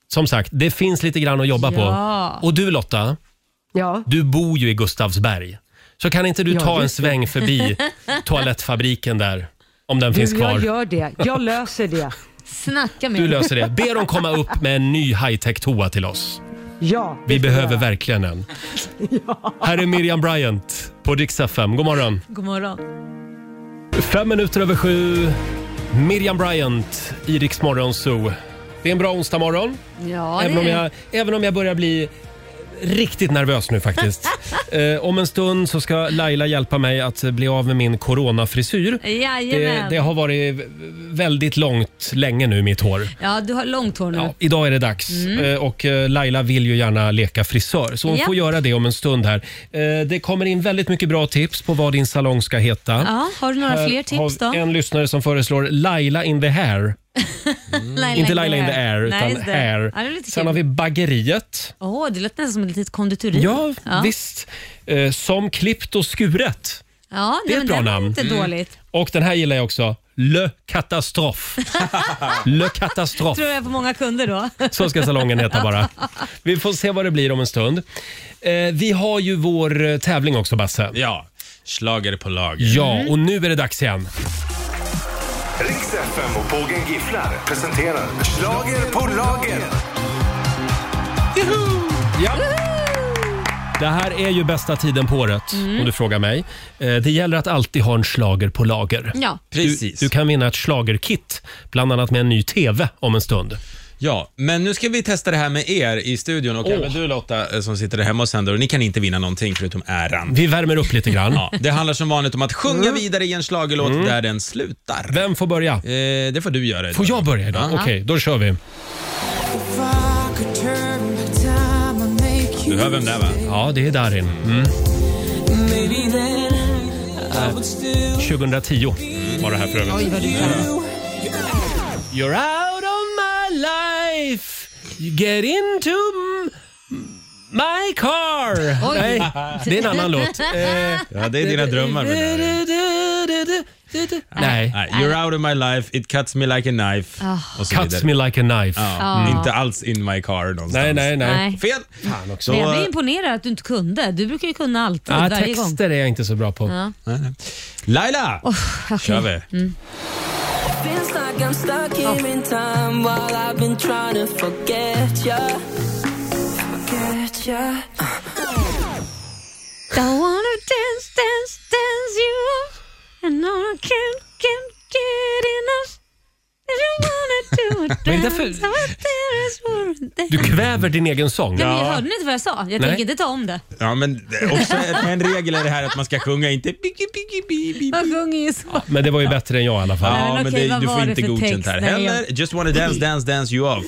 A: Som sagt, det finns lite grann att jobba
D: Ja.
A: på. Och du Lotta,
B: Ja.
A: du bor ju i Gustavsberg. Så kan inte du
B: Ja,
A: ta en
B: just det.
A: sväng förbi toalettfabriken där? Om den finns
B: Du, jag
A: kvar.
B: gör det. Jag löser det.
D: Snacka med
A: Du löser det. Be dem komma upp med en ny high-tech toa till oss.
B: Ja. det
A: Vi
B: ska
A: behöver
B: jag.
A: verkligen en. Här är Miriam Bryant på Dix FM. God morgon.
D: God morgon.
A: Fem minuter över sju. Miriam Bryant i Rix Morgon Zoo. Det är en bra onsdag morgon.
D: Ja,
A: Även om,
D: det är-
A: jag, även om jag börjar bli riktigt nervös nu faktiskt. eh, om en stund så ska Laila hjälpa mig att bli av med min coronafrisyr. Det,
D: Jajamän.
A: det har varit v- väldigt långt länge nu mitt hår.
D: Ja, du har långt hår nu.
A: Ja, idag är det dags Eh, och eh, Laila vill ju gärna leka frisör så hon
D: Mm. Ja.
A: får göra det om en stund här. Eh, Det kommer in väldigt mycket bra tips på vad din salong ska heta.
D: Ja, har du några
A: Här
D: fler tips då?
A: har vi en lyssnare som föreslår Laila in the hair. Inte Laila in the air, utan
D: just det.
A: hair.
D: Ja, det är lite
A: Sen
D: kul.
A: har vi bageriet.
D: Åh, det lät nästan som ett litet konditori.
A: Ja, visst. Eh, Som klippt och skuret.
D: Ja,
A: Det är
D: nej,
A: ett
D: men
A: bra
D: det var
A: namn.
D: Inte
A: Mm.
D: dåligt.
A: Och den här gillar jag också. Le Catastrophe. Le Catastrophe.
D: Tror jag på många kunder då.
A: Så ska salongen heta bara. Vi får se vad det blir om en stund. Eh, vi har ju vår eh, tävling också, Basse.
E: Ja, slager på lager.
A: Ja, och nu är det dags igen.
I: Riks FM och Pågen Gifflar presenterar Slager på lager.
A: Ja. Det här är ju bästa tiden på året, om du frågar mig. Eh, det gäller att alltid ha en slager på lager.
D: Ja.
A: Du,
E: Precis.
A: du kan vinna ett slagerkit, bland annat med en ny TV om en stund.
E: Ja, men nu ska vi testa det här med er i studion och även du Lotta eh, som sitter där hemma och sänder och ni kan inte vinna någonting förutom äran.
A: Vi värmer upp lite grann. Mm.
E: Ja, det handlar som vanligt om att sjunga vidare i en schlagerlåt där den slutar.
A: Vem får börja?
E: Eh, det får du göra idag.
A: Får jag börja idag? Okej, då kör vi.
E: Du hör vem det är va?
A: Ja, det är Darin. Mm. 2010 var det här för övrigt. You're out of my life You Get into m- my car
D: Oj.
A: Nej, det är en annan låt. Eh,
E: Ja, det är dina drömmar. med det här.
D: Du, du.
A: Nej. Ah.
E: Nej, you're out of my life, it cuts me like a knife. Och så
A: Cuts
E: vidare.
A: me like a knife. Ah.
E: Ja,
D: Ja.
E: Inte alls in my car någonstans.
A: Nej, nej, nej.
D: Nej.
E: Fel! Så,
A: också.
D: Men jag
E: eh,
D: blir imponerad att du inte kunde. Du brukar ju kunna alltid,
A: Ja,
D: varje gång.
A: texter är jag inte så bra på.
D: Ja.
E: nej, nej. Laila!
D: Okej.
E: kör vi.
H: Feels like I'm stuck here in time while I've been trying to forget ya. Forget ya.
D: Don't wanna dance, dance, dance you up And all I can, can get enough If you wanna do it,
A: Vad är det
D: dance
A: för-
D: out there is worth it.
A: Du kväver din egen sång.
D: Nej, men jag hörde inte vad jag sa. Jag tänker inte ta om det.
E: Ja, men det är också en- en regel är det här att man ska sjunga inte biggi, biggi, bi, bi.
D: Jag sjunger ju så.
A: Men det var ju bättre än jag i alla fall.
D: men
E: Ja, men
D: okej,
E: det,
D: vad
E: du
D: var
E: får
D: det
E: inte
D: för
E: godkänt
D: text?
E: här.
D: Nej,
E: Heller Just wanna dance, dance, dance you off.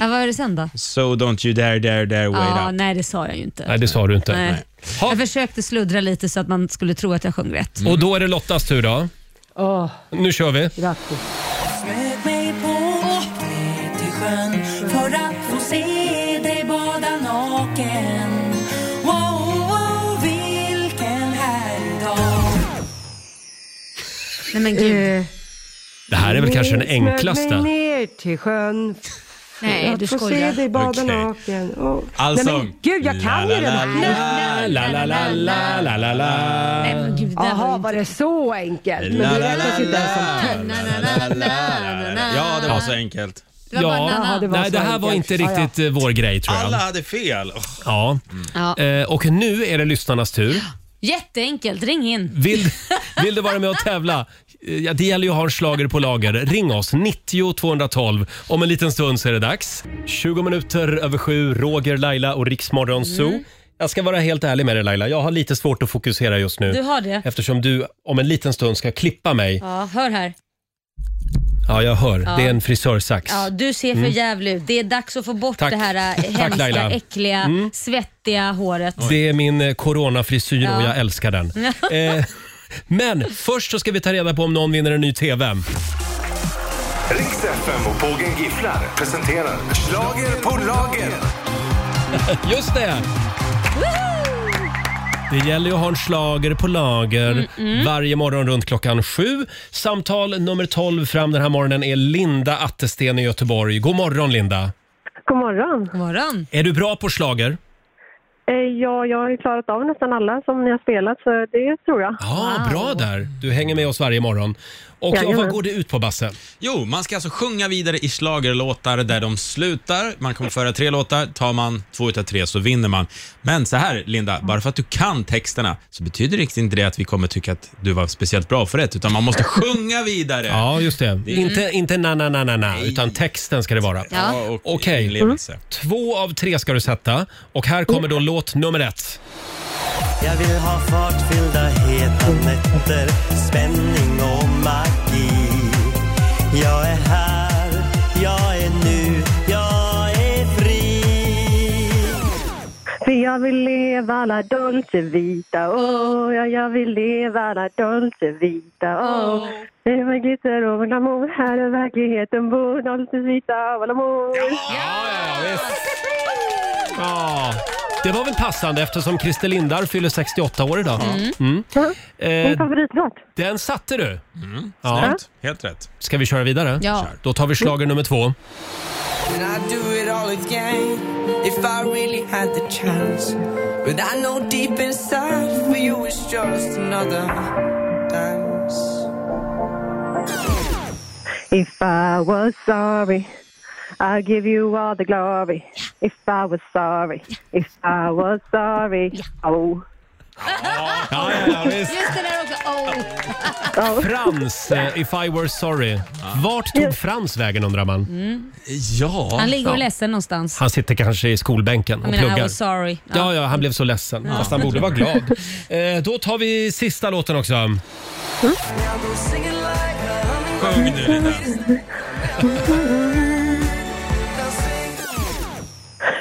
D: Ja, vad är det sen då?
E: So don't you dare, dare, dare wait
D: Ja,
E: up.
D: nej, det sa jag ju inte.
A: Nej, det sa du inte.
D: Nej.
A: Ha.
D: Jag försökte sluddra lite så att man skulle tro att jag sjöng rätt.
E: Mm.
A: Och då är det Lottas tur då.
B: Åh,
A: Nu kör vi.
B: grattis.
H: Smög mig på ner till sjön för att få se dig bada naken. Wow, wow, vilken härlig dag.
D: Nej men
B: Eh,
D: gud.
A: Det här är väl kanske den
B: Smög mig
A: enklaste.
B: ner till sjön.
D: Nej,
B: att
D: du
B: få se
D: skojar.
B: dig bada
E: Okej.
B: naken. Åh.
A: Alltså-
E: Allsång.
B: Nej, men gud, jag kan ju den här.
A: La, la, la, la, la, la, la.
D: Nej, men gud, det här
B: Jaha,
D: ju
B: var det så enkelt? Men
E: La,
B: det
E: la,
B: räknas
E: la,
B: ju inte ens som
E: la,
D: Na,
E: la,
D: na,
E: la,
D: na,
E: la,
D: na, na.
E: la. Ja, det var så enkelt.
D: Det var bara
A: Ja.
D: na, na.
B: Jaha, det var-
A: Nej, det här var inte riktigt eh, vår grej tror
E: Alla
A: jag.
E: hade fel. Åh.
A: Ja.
D: Ja.
A: Eh, Och nu är det lyssnarnas tur.
D: Jätteenkelt, ring in.
A: Vill, vill du vara med och tävla? Eh, Ja, det gäller ju att ha en schlager på lager. Ring oss, 90 212. Om en liten stund så är det dags. 20 minuter över sju, Roger, Laila och Riksmorgon Zoo.
D: Mm.
A: Jag ska vara helt ärlig med dig Laila, jag har lite svårt att fokusera just nu.
D: Du har det?
A: Eftersom du om en liten stund ska klippa mig.
D: Ja, hör här.
A: Ja, jag hör. Det är en frisörsax.
D: Ja, du ser för jävlig ut. Det är dags att få bort
A: Mm. Tack.
D: det här äh,
A: Tack,
D: hemska,
A: Laila. Mm.
D: äckliga, svettiga håret.
A: Det är min eh, coronafrisyr och
D: Ja.
A: jag älskar den. eh, men först så ska vi ta reda på om någon vinner en ny TV.
I: Riks FM och Pågen Gifflar presenterar Schlager på lager.
A: Just det! Det gäller ju att ha en slager på lager varje morgon runt klockan sju. Samtal nummer 12 fram den här morgonen är Linda Attesten i Göteborg. God morgon Linda!
J: God morgon.
D: God morgon.
A: Är du bra på slager?
J: Eh, Ja, jag har ju klarat av nästan alla som ni har spelat, så det tror jag.
A: Ja, bra där! Du hänger med oss varje morgon. Och ja, vad
J: Jajamän.
A: går det ut på Basse?
E: Jo, man ska alltså sjunga vidare i schlagerlåtar där de slutar. Man kommer föra tre låtar. Tar man två utav tre så vinner man. Men så här, Linda, bara för att du kan texterna så betyder det inte det att vi kommer tycka att du var speciellt bra för det, utan man måste sjunga vidare.
A: Ja, just det.
E: Mm.
D: Mm.
A: Inte, inte na-na-na-na, utan texten ska det vara.
E: Ja, och
A: Okej.
E: inlevelse.
A: Två av tre ska du sätta och här kommer då låt nummer ett.
K: Jag vill ha fartfyllda heta nätter, spänning och magi. Jag är här, jag är nu, jag är fri.
J: För jag vill leva la dolce vita, oh, ja, jag vill leva la dolce vita, oh. Det är med glitter och med glamour, här är verkligheten bor, dolce vita och glamour.
A: Ja, ja, visst. Ja. Det var väl passande eftersom Christer Lindar fyller 68 år idag. Mm.
J: Min
A: Eh,
J: favoritlåt.
A: den satte du. Ja.
E: Snyggt. Helt rätt.
A: Ska vi köra vidare?
D: Ja.
A: Då tar vi slager nummer två.
H: And I'd do it all again if I really had the chance. But I know deep inside for you it's just another
J: Mm.
H: dance.
J: If I was sorry, I'd give you all the glory. If I was sorry, if I was sorry, oh.
A: Ja, ja, ja, visst.
D: Just det där också. Oh.
A: Frans, eh, If I Were Sorry. Vart tog Frans vägen undrar man?
E: Ja.
D: Mm. Han ligger och är ledsen någonstans.
A: Han sitter kanske i skolbänken och
D: Jag menar, I
A: pluggar.
D: was sorry.
A: Ja, ja, han blev så ledsen. Fast han borde vara glad. Eh, då tar vi sista låten också.
E: Sjung nu, Linda.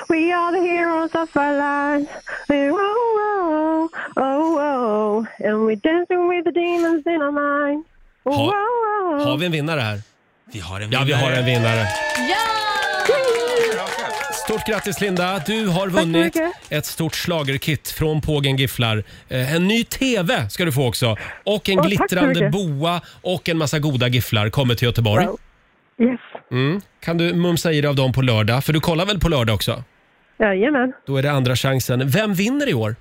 J: We are the heroes of our lives. We're oh, oh, oh, oh, and we're dancing with the demons in our mind. Oh,
A: Ha-
J: oh, oh.
A: Har vi en vinnare här?
E: Vi har en
A: Ja, vi har en vinnare.
D: Ja!
A: Stort grattis Linda! Du har
J: så
A: vunnit
J: mycket.
A: ett stort slagerkit från Pågen Gifflar. Eh, En ny TV ska du få också. Och en
J: Åh, tack så
A: glittrande
J: mycket.
A: boa och en massa goda gifflar kommer till Göteborg.
J: Wow. Yes.
A: Mm. Kan du mumsa i dig av dem på lördag? För du kollar väl på lördag också?
J: Jajamän.
A: Då är det andra chansen. Vem vinner i år?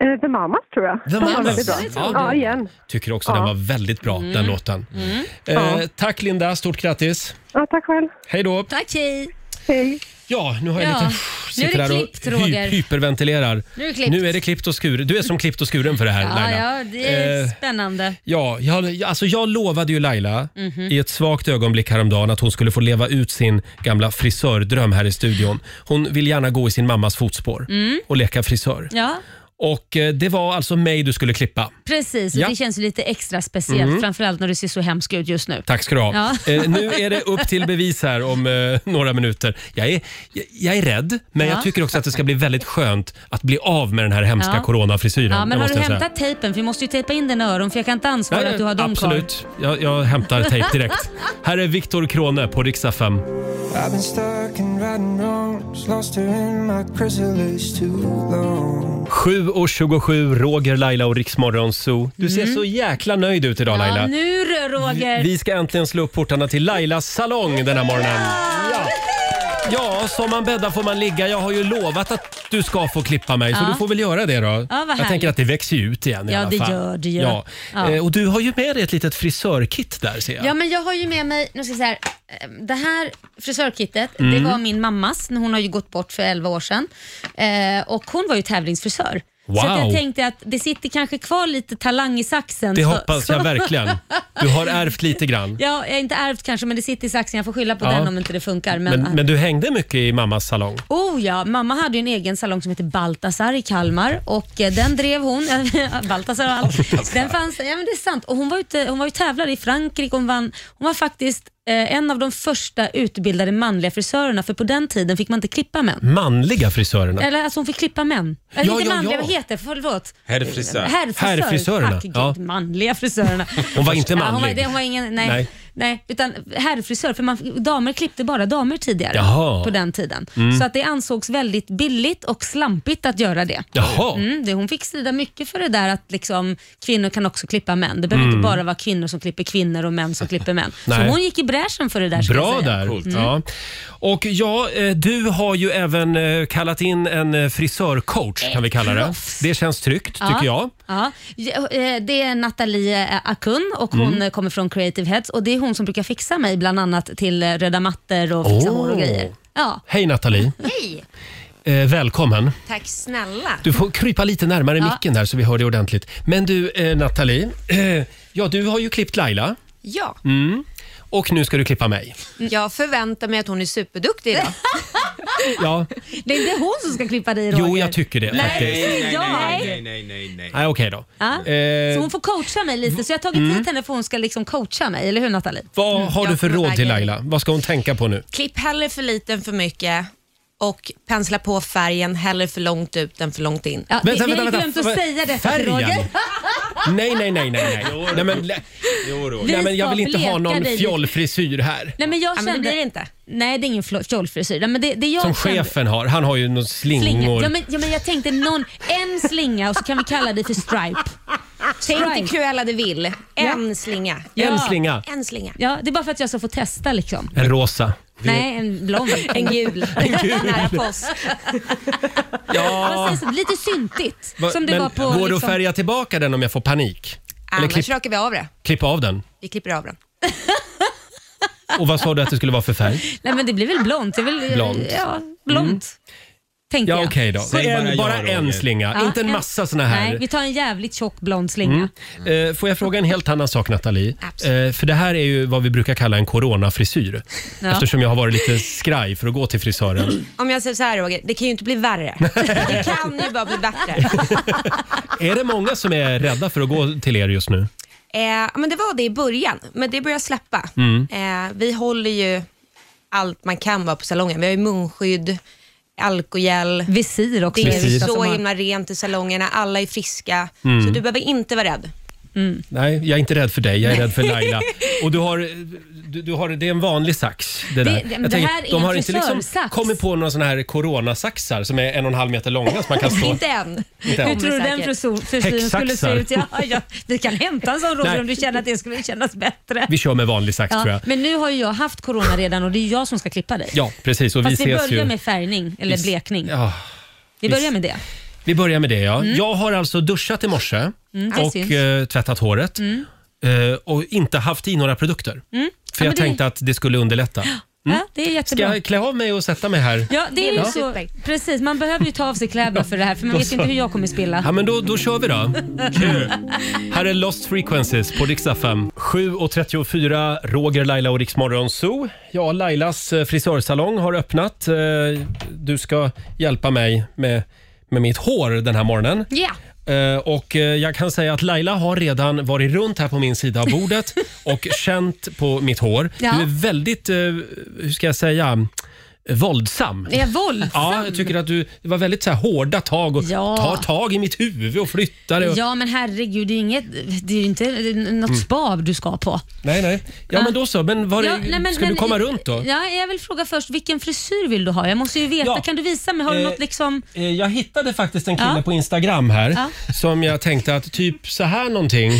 J: Eh, The Mamas tror jag.
A: The
J: Den var
A: Mamas.
J: väldigt bra.
A: Ja,
J: Ja,
A: det-
J: igen.
A: Tycker också den var väldigt bra, den låten.
D: Mm.
J: Ja.
A: Eh, tack Linda, stort grattis.
J: Ja, tack själv.
A: Hej då!
D: Tack, hej.
J: Hej.
A: Ja, nu har jag
D: Ja.
A: lite...
D: Nu är det
A: sitter här och
D: klippt, Roger.
A: hyperventilerar.
D: Nu är det klippt.
A: Nu är det klippt och skuret. Du är som klippt och skuren för det här
D: Ja,
A: Laila.
D: ja, det är
A: Eh,
D: spännande.
A: Ja, jag, alltså jag lovade ju Laila
D: Mhm.
A: i ett svagt ögonblick häromdagen att hon skulle få leva ut sin gamla frisördröm här i studion. Hon vill gärna gå i sin mammas fotspår
D: Mm.
A: och leka frisör.
D: Ja,
A: Och eh, det var alltså mig du skulle klippa.
D: precis. Och
A: Ja.
D: Det känns ju lite extra speciellt,
A: Mm.
D: framförallt när du ser så hemsk ut just nu.
A: Tack ska du ha.
D: Ja.
A: Eh, nu är det upp till bevis här om eh, några minuter. Jag är, jag, jag är rädd, men
D: Ja.
A: jag tycker också att det ska bli väldigt skönt att bli av med den här hemska
D: Ja.
A: coronafrisyren.
D: Ja,
A: det
D: men har
A: måste
D: du
A: jag säga.
D: hämtat tejpen? För vi måste ju tejpa in dina öron för jag kan inte ansvara
A: Nej,
D: att du har dem kvar.
A: Absolut. Jag, jag hämtar tejp direkt. Här är Viktor Krone på riksdag 5.
L: I've been stuck in right and wrongs, lost her in my chrysalis too long.
A: 7.27, Roger, Laila och Riksmorgon Zoo. Du ser
D: Mm.
A: så jäkla nöjd ut idag Laila.
D: Ja, nu rör Roger.
A: Vi ska äntligen slå upp portarna till Lailas salong den här morgonen. Ja. Ja, som man bäddar får man ligga. Jag har ju lovat att du ska få klippa mig, så
D: Ja.
A: du får väl göra det då.
D: vad
A: jag
D: härligt.
A: tänker att det växer ju ut igen i
D: Ja,
A: alla
D: det
A: fall.
D: gör det ju.
A: Ja.
D: Ja.
A: Eh, Och du har ju med dig ett litet frisörkit där ser jag.
D: Ja, men jag har ju med mig, nu ska jag säga här, eh, det här frisörkittet,
A: Mm.
D: det var min mammas, hon har ju gått bort för 11 år sedan. Eh, och hon var ju tävlingsfrisör.
A: Wow.
D: Så att jag tänkte att det sitter kanske kvar lite talang i saxen.
A: Det
D: så,
A: hoppas
D: så.
A: jag verkligen. Du har ärvt lite grann.
D: Ja, jag har inte ärvt kanske, men det sitter i saxen. Jag får skylla på
A: Ja.
D: den om inte det funkar. Men,
A: Men, men du hängde mycket i mammas salong.
D: Oh ja, mamma hade ju en egen salong som hette Baltasar i Kalmar och eh, den drev hon. Baltasar och allt. Den fanns, ja men det är sant. Och hon var ute, hon var ju tävlare i Frankrike. Hon, vann, hon var faktiskt eh, en av de första utbildade manliga frisörerna för på den tiden fick man inte klippa män.
A: Manliga frisörerna.
D: Eller alltså hon fick klippa män. Eller
A: Ja,
D: inte
A: ja,
D: manliga,
A: ja.
D: vad heter det? Förlåt.
A: Herrfrisör.
D: Herrfrisör.
A: Herrfrisörerna,
D: Tack,
A: ja.
D: gud, manliga frisörerna.
A: Hon var inte
D: Ja, hon, var,
A: manlig.
D: det- hon var ingen, nej.
A: Nej.
D: nej. utan herrfrisör, för man, damer klippte bara damer tidigare
A: Jaha.
D: på den tiden.
A: Mm.
D: Så att det ansågs väldigt billigt och slampigt att göra det.
A: Jaha.
D: Mm, det. Hon fick strida mycket för det där att liksom, kvinnor kan också klippa män. Det behöver
A: Mm.
D: inte bara vara kvinnor som klipper kvinnor och män som klipper män. Så
A: Nej.
D: hon gick i bräschen för det där. ska
A: Bra
D: jag säga.
A: där.
D: Mm.
A: Ja. Och ja, eh, du har ju även eh, kallat in en eh, frisörcoach kan vi kalla det.
D: Proffs.
A: Det känns tryggt
D: Ja,
A: tycker jag.
D: Ja. Ja, eh, Det är Nathalie eh, Akun och hon
A: Mm.
D: eh, kommer från Creative Heads och det är hon som brukar fixa mig bland annat till eh, röda mattor och fixa hår och
A: Åh.
D: grejer. Ja.
A: Hej Nathalie.
M: Hej!
A: Eh, välkommen.
M: Tack snälla.
A: Du får krypa lite närmare
M: Ja.
A: micken där så vi hör dig ordentligt. Men du eh, Nathalie, eh, ja du har ju klippt Laila.
M: Ja,
A: Mm. Och nu ska du klippa mig.
M: jag förväntar mig att hon är superduktig idag.
A: Ja.
D: Det är inte hon som ska klippa dig Roger.
A: Jo, jag tycker det
D: Nej,
A: faktiskt.
D: det är jag.
E: Nej, nej, nej, nej.
A: Nej, okej då.
D: Ja.
A: Eh,
D: Så hon får coacha mig lite, så jag har tagit
A: Mm.
D: hit henne för hon ska liksom coacha mig, eller hur Nathalie?
A: Vad
D: Mm.
A: har du
D: Jag
A: för
D: kommer
A: råd
D: väga
A: till
D: in.
A: Laila? Vad ska hon tänka på nu?
M: Klipp hellre för lite än för mycket och pensla på färgen hellre för långt ut än för långt in.
A: Ja, vi- Vänta, vi har vänta, ju glömt vänta. att säga detta till Färgen? Roger. Nej, nej, nej, nej. nej. nej, men,
D: Roger.
A: nej men jag
D: Vi
A: vill
D: ska
A: inte ha
D: bleka
A: någon
D: dig.
A: fjollfrisyr här.
D: Nej, men jag
M: Ja, men
D: kände...
M: det blir det inte.
D: Nej, det är ingen flo- kjollfrisyr. Nej, Men det, det jag
A: Som
D: kände-
A: chefen har. Han har ju någon
D: Slinga.
A: slingor.
D: Ja, men, ja, men jag tänkte någon, en slinga och så kan vi kalla det för stripe.
M: Tänk dig Cruella de Vil. En slinga.
A: En slinga.
M: En slinga.
D: Ja, det är bara för att jag ska få testa liksom.
A: En rosa.
D: Nej, en blond.
M: En gul.
D: En
A: gul.
M: Nära påsk.
A: Ja.
D: Alltså, lite syntigt.
A: Va,
D: som det
A: men
D: var på...
A: går det att
D: liksom-
A: färga tillbaka den om jag får panik? Eller
M: Annars
A: klipp,
M: rakar vi av det.
A: klippa av den?
M: Vi klipper av den.
A: Och vad sa du att det skulle vara för färg?
D: Nej, men det blir väl blont. Jag vill,
A: Blont.
D: Ja, blont. Tänkte
A: Ja,
D: jag.
A: okej då.
D: Säg
A: en,
D: bara
A: bara
D: ja,
A: en slinga,
D: Ja,
A: inte en massa såna här.
D: Nej, vi tar en jävligt tjock blond slinga.
A: Mm. Eh, får jag fråga en helt annan sak Nathalie? Eh, för det här är ju vad vi brukar kalla en coronafrisyr.
M: Ja.
A: Eftersom jag har varit lite skraj för att gå till frisören.
M: Om jag säger så här Roger, det kan ju inte bli värre. Det kan ju bara bli bättre.
A: är det många som är rädda för att gå till er just nu?
M: Eh, men det var det i början, men det börjar släppa.
A: Mm.
M: Eh, vi håller ju allt man kan vara på salongen. Vi har ju munskydd, alkogel.
D: Visir också.
M: Det är
D: Visir.
M: så
D: Som har-
M: himla rent i salongerna, alla är friska.
A: Mm.
M: Så du behöver inte vara rädd.
D: Mm.
A: Nej, jag är inte rädd för dig. Jag är rädd för Laila. Och du har, du, du har, det är en vanlig sax. Det, där.
D: Det- det-
A: Jag
D: det här är
A: de
D: en
A: har inte liksom
D: frisörsax.
A: kommit på några såna här coronasaxar som är en och en halv meter långa som man kan stå...
D: Inte än.
A: Inte än.
D: Hur tror du den
A: Säkert.
D: frisyr- frisyren skulle se
A: Häcksaxar.
D: ut? Ja, ja, vi kan hämta en sån
A: Nej.
D: Roger om du känner att det skulle kännas bättre.
A: Vi kör med vanlig sax tror
D: Ja,
A: jag.
D: men nu har ju jag haft corona redan och det är jag som ska klippa dig.
A: Ja, precis. Och vi
D: Fast vi
A: ses
D: börjar
A: ju...
D: med färgning, eller
A: Vi-
D: blekning.
A: Ja,
D: Vi
A: vi-
D: börjar med det.
A: vi börjar med det ja.
D: Mm.
A: Jag har alltså duschat i morse
D: Mm, det
A: och
D: syns.
A: eh, tvättat håret.
D: Mm.
A: Eh, och inte haft i några produkter.
D: Mm.
A: För
D: Ja, men
A: jag
D: det-
A: tänkte att det skulle underlätta. Mm.
D: Ja, det är
A: Ska
D: jättebra.
A: jag klä av mig och sätta mig här?
D: Ja, det är ju
A: Ja.
D: så. Precis, man behöver ju ta av sig kläderna för det här för man
A: Då
D: vet
A: så.
D: ju inte hur jag kommer spilla.
A: Ja, men då, då kör vi då. Kul. Här är Lost Frequencies på Rix FM. 7.34, Roger, Laila och Rix Morgon Zoo. Ja, Lailas eh, frisörsalong har öppnat. Eh, Du ska hjälpa mig med, med mitt hår den här morgonen.
D: Ja.
A: Eh, Och eh, jag kan säga att Laila har redan varit runt här på min sida av bordet och känt på mitt hår.
D: Ja.
A: Du är väldigt, eh, hur ska jag säga, våldsam.
D: Är jag våldsam?
A: Ja, jag tycker att du, det var väldigt så här hårda tag och
D: Ja.
A: tar tag i mitt huvud och flyttar det. Och,
D: Ja men herregud, det är ju inget, det är ju inte något
A: Mm.
D: spa du ska på.
A: Nej, nej. Ja,
D: Ah.
A: men då så. Men, var,
D: Ja,
A: det
D: nej, men-
A: ska
D: men-
A: du komma runt då?
D: Ja, jag vill fråga först, vilken frisyr vill du ha? Jag måste ju veta.
A: Ja.
D: Kan du visa mig? Har du
A: Eh,
D: något liksom...
A: Eh, Jag hittade faktiskt en kille
D: Ja.
A: på Instagram här
D: Ja.
A: som jag tänkte att typ så här någonting.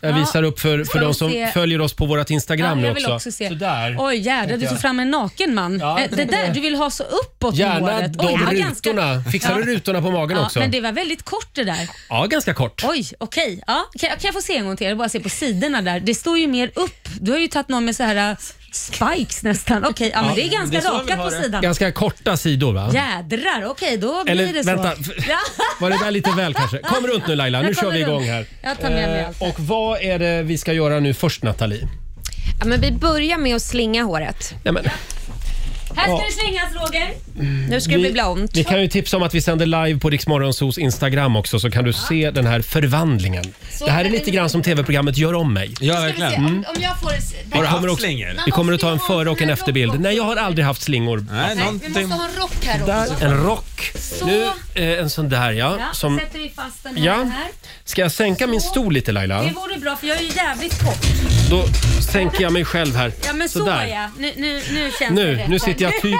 A: Jag
D: Ja.
A: visar upp för, för
D: Får
A: de
D: de
A: som
D: se?
A: följer oss på vårt Instagram
D: ja,
A: nu
D: jag vill
A: också.
D: också, se.
A: Sådär.
D: Oj jädrar, du
A: tänkte
D: tog
A: jag.
D: fram en naken man.
A: Ja,
D: Eh, det
A: tänkte
D: där,
A: jag.
D: du vill ha så uppåt med
A: Gärna
D: håret.
A: de
D: det var ganska-
A: rutorna. Fixar du rutorna på magen
D: ja,
A: också?
D: Men det var väldigt kort det där.
A: Ja, ganska kort.
D: Oj, okej. Ja, kan, kan jag få se en gång till? Jag bara se på sidorna där. Det står ju mer upp. Du har ju tagit någon med så här äh, spikes nästan. Okej, ja, men
A: Ja,
D: det är ganska
A: det är så vi
D: raka
A: har
D: på
A: det.
D: sidan.
A: Ganska korta sidor va?
D: Jädrar, okej då blir
A: Eller,
D: det så.
A: vänta.
D: Ja.
A: Var det där lite väl kanske? Kom runt nu Laila, nu
M: Jag
A: kör
M: kommer
A: vi igång
M: runt.
A: här.
M: Jag tar med mig
A: Eh,
M: allt
A: Och vad är det vi ska göra nu först Nathalie?
M: Ja, men vi börjar med att slinga håret.
A: Nej, men,
D: Här
A: Ja.
D: ska det slingas Roger.
M: Nu ska det bli blont.
A: Vi kan ju tipsa om att vi sänder live på Riksmorgonsos Instagram också så kan du se den här förvandlingen.
N: Så
A: det här är
N: kan vi-
A: lite grann som tv-programmet Gör om mig. Ja,
N: Ska vi se, om, om jag får...
A: Vi kommer, också, vi kommer att ta en före och en efterbild. Nej, jag har aldrig haft slingor.
N: Nej, vi måste ha en rock här också.
A: Där, en rock.
N: Så.
A: Nu, eh, en sån där ja.
D: Ja,
A: Som,
D: sätter vi fast den här,
A: ja.
D: här.
A: Ska jag sänka min stol lite Laila?
D: Det vore bra för jag är ju jävligt kort.
A: Då sänker jag mig själv här.
D: Ja men så,
A: Sådär.
D: ja. Nu, nu, nu känns
A: Nu-
D: det rätt
A: nu
D: här.
A: sitter jag typ-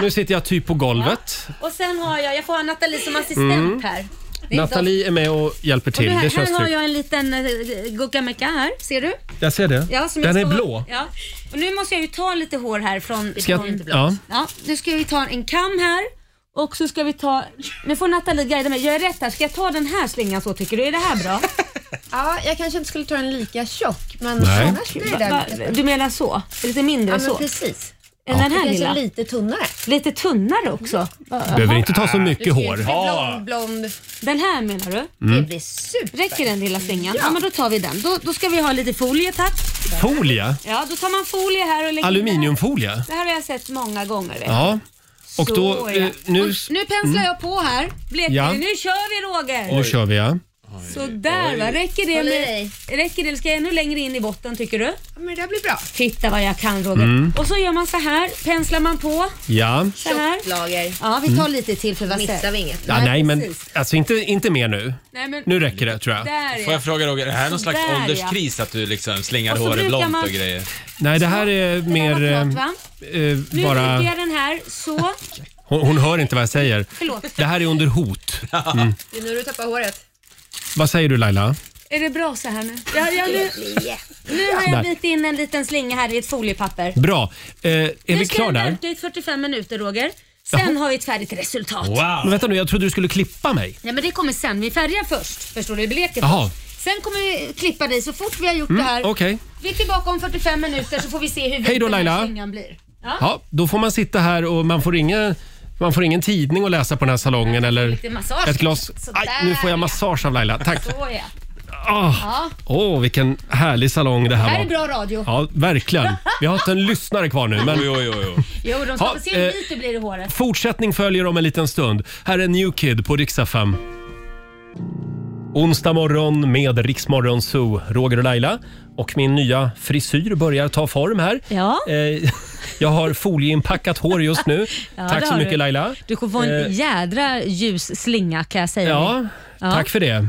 A: Nu sitter jag typ på golvet.
D: Och sen har jag, jag får ha Nathalie som assistent
A: Mm.
D: här. Det är
A: Nathalie är med och hjälper
D: Och
A: till.
D: du, här,
A: det känns
D: här har
A: tryggt.
D: jag en liten eh, guacamecka här, ser du?
A: Jag ser det.
D: Ja, som jag
A: Den är
D: ska-
A: blå.
D: Ja. Och nu måste jag ju ta lite hår här från...
A: Ska jag-
D: från
A: ja.
D: ja. Nu ska jag ju ta en kam här och så ska vi ta... Nu får Nathalie guida mig. Jag är rätt här. Ska jag ta den här slingan så tycker du? Är det här bra?
N: Ja, jag kanske inte skulle ta den lika tjock, men
D: Nej.
N: annars är det där
D: Va-
N: ganska-
D: du menar så? Lite mindre
N: ja,
D: så?
N: Men precis.
D: Den här
N: kanske
D: lilla?
N: lite tunnare.
D: Lite tunnare också?
A: Behöver inte ta så mycket hår.
N: blond.
D: Den här menar du?
A: Mm. Det
N: blir super.
D: Räcker den lilla slingan? Ja. men då tar vi den. Då, då ska vi ha lite folie tack.
A: Folie?
D: Ja, då tar man folie här och lägger
A: Aluminiumfolie?
D: Det här har jag sett många gånger. Vet du.
A: Ja. Och
D: Så,
A: då...
D: ja.
A: eh, Nu,
D: Nu
A: Mm.
D: penslar jag på här. Blekning.
A: Ja.
D: Nu kör vi Roger.
A: Nu kör vi ja.
D: Sådär va. Räcker det
N: Håll i
D: med... Räcker det? Ska jag ännu längre in i botten tycker du?
N: Men det där blir bra.
D: Titta vad jag kan Roger.
A: Mm.
D: Och så gör man så här. Penslar man på.
A: Ja.
D: Så här.
N: Ja, vi tar
A: Mm.
N: lite till för vad Missar vi inget.
A: ja nej men alltså inte, inte mer nu.
D: Nej, men-
A: Nu räcker det tror jag.
D: Där
E: Får
D: ja.
E: jag fråga Roger, är det här någon slags
D: Sådär, ja.
E: ålderskris att du liksom slingar
D: Och så
E: håret
D: brukar
E: blont
D: man-
E: och grejer?
A: Nej det här är mer...
D: var
A: eh,
D: klart, va?
A: eh,
D: Nu
A: bara...
D: lägger jag den här så.
A: Hon, hon hör inte vad jag säger.
D: Förlåt.
A: Det här är under hot. Mm.
N: Det är nu du tappar håret.
A: Vad säger du Laila?
D: Är det bra så här nu? Ja, ja, nu, nu har
A: Sådär.
D: jag bitit in en liten slinga här i ett foliepapper.
A: Bra. Eh, är
D: nu
A: vi
D: ska
A: klara
D: den
A: där?
D: verka i 45 minuter Roger. Sen har vi ett färdigt resultat.
A: Men vänta nu, jag trodde du skulle klippa mig.
D: Ja, men det kommer sen. Vi färgar först. Förstår du? Vi bleker
A: Jaha.
D: först. Sen kommer vi klippa dig så fort vi har gjort det
A: Mm,
D: här.
A: Okej.
D: Vi är tillbaka om 45 minuter så får vi se hur
A: Hej då,
D: den här
A: Laila.
D: slingan blir. Ja.
A: Ja, då får man sitta här och man får ingen, man får ingen tidning att läsa på den här salongen eller
D: lite massage.
A: ett glas.
D: Sådär,
A: Aj, nu får jag massage av Laila. Tack.
D: Så ja.
A: Åh,
D: Ja.
A: åh, vilken härlig salong det
D: Det
A: här
D: här är
A: var.
D: bra radio.
A: Ja, verkligen. Vi har inte en lyssnare kvar nu. Men...
D: Jo, de ska
A: Ja,
D: få se hur
A: eh,
D: vit du blir i håret.
A: Fortsättning följer om en liten stund. Här är New Kid på Riksa 5. Onsdag morgon med Riksmorgon Zoo, Roger och Laila. Och min nya frisyr börjar ta form här.
D: Ja.
A: Eh, jag har folieinpackat hår just nu.
D: Ja, det
A: Tack så
D: har
A: mycket
D: du.
A: Laila.
D: Du kommer få
A: Eh,
D: en jädra ljus slinga kan jag säga.
A: Ja,
D: Ja.
A: Tack för det.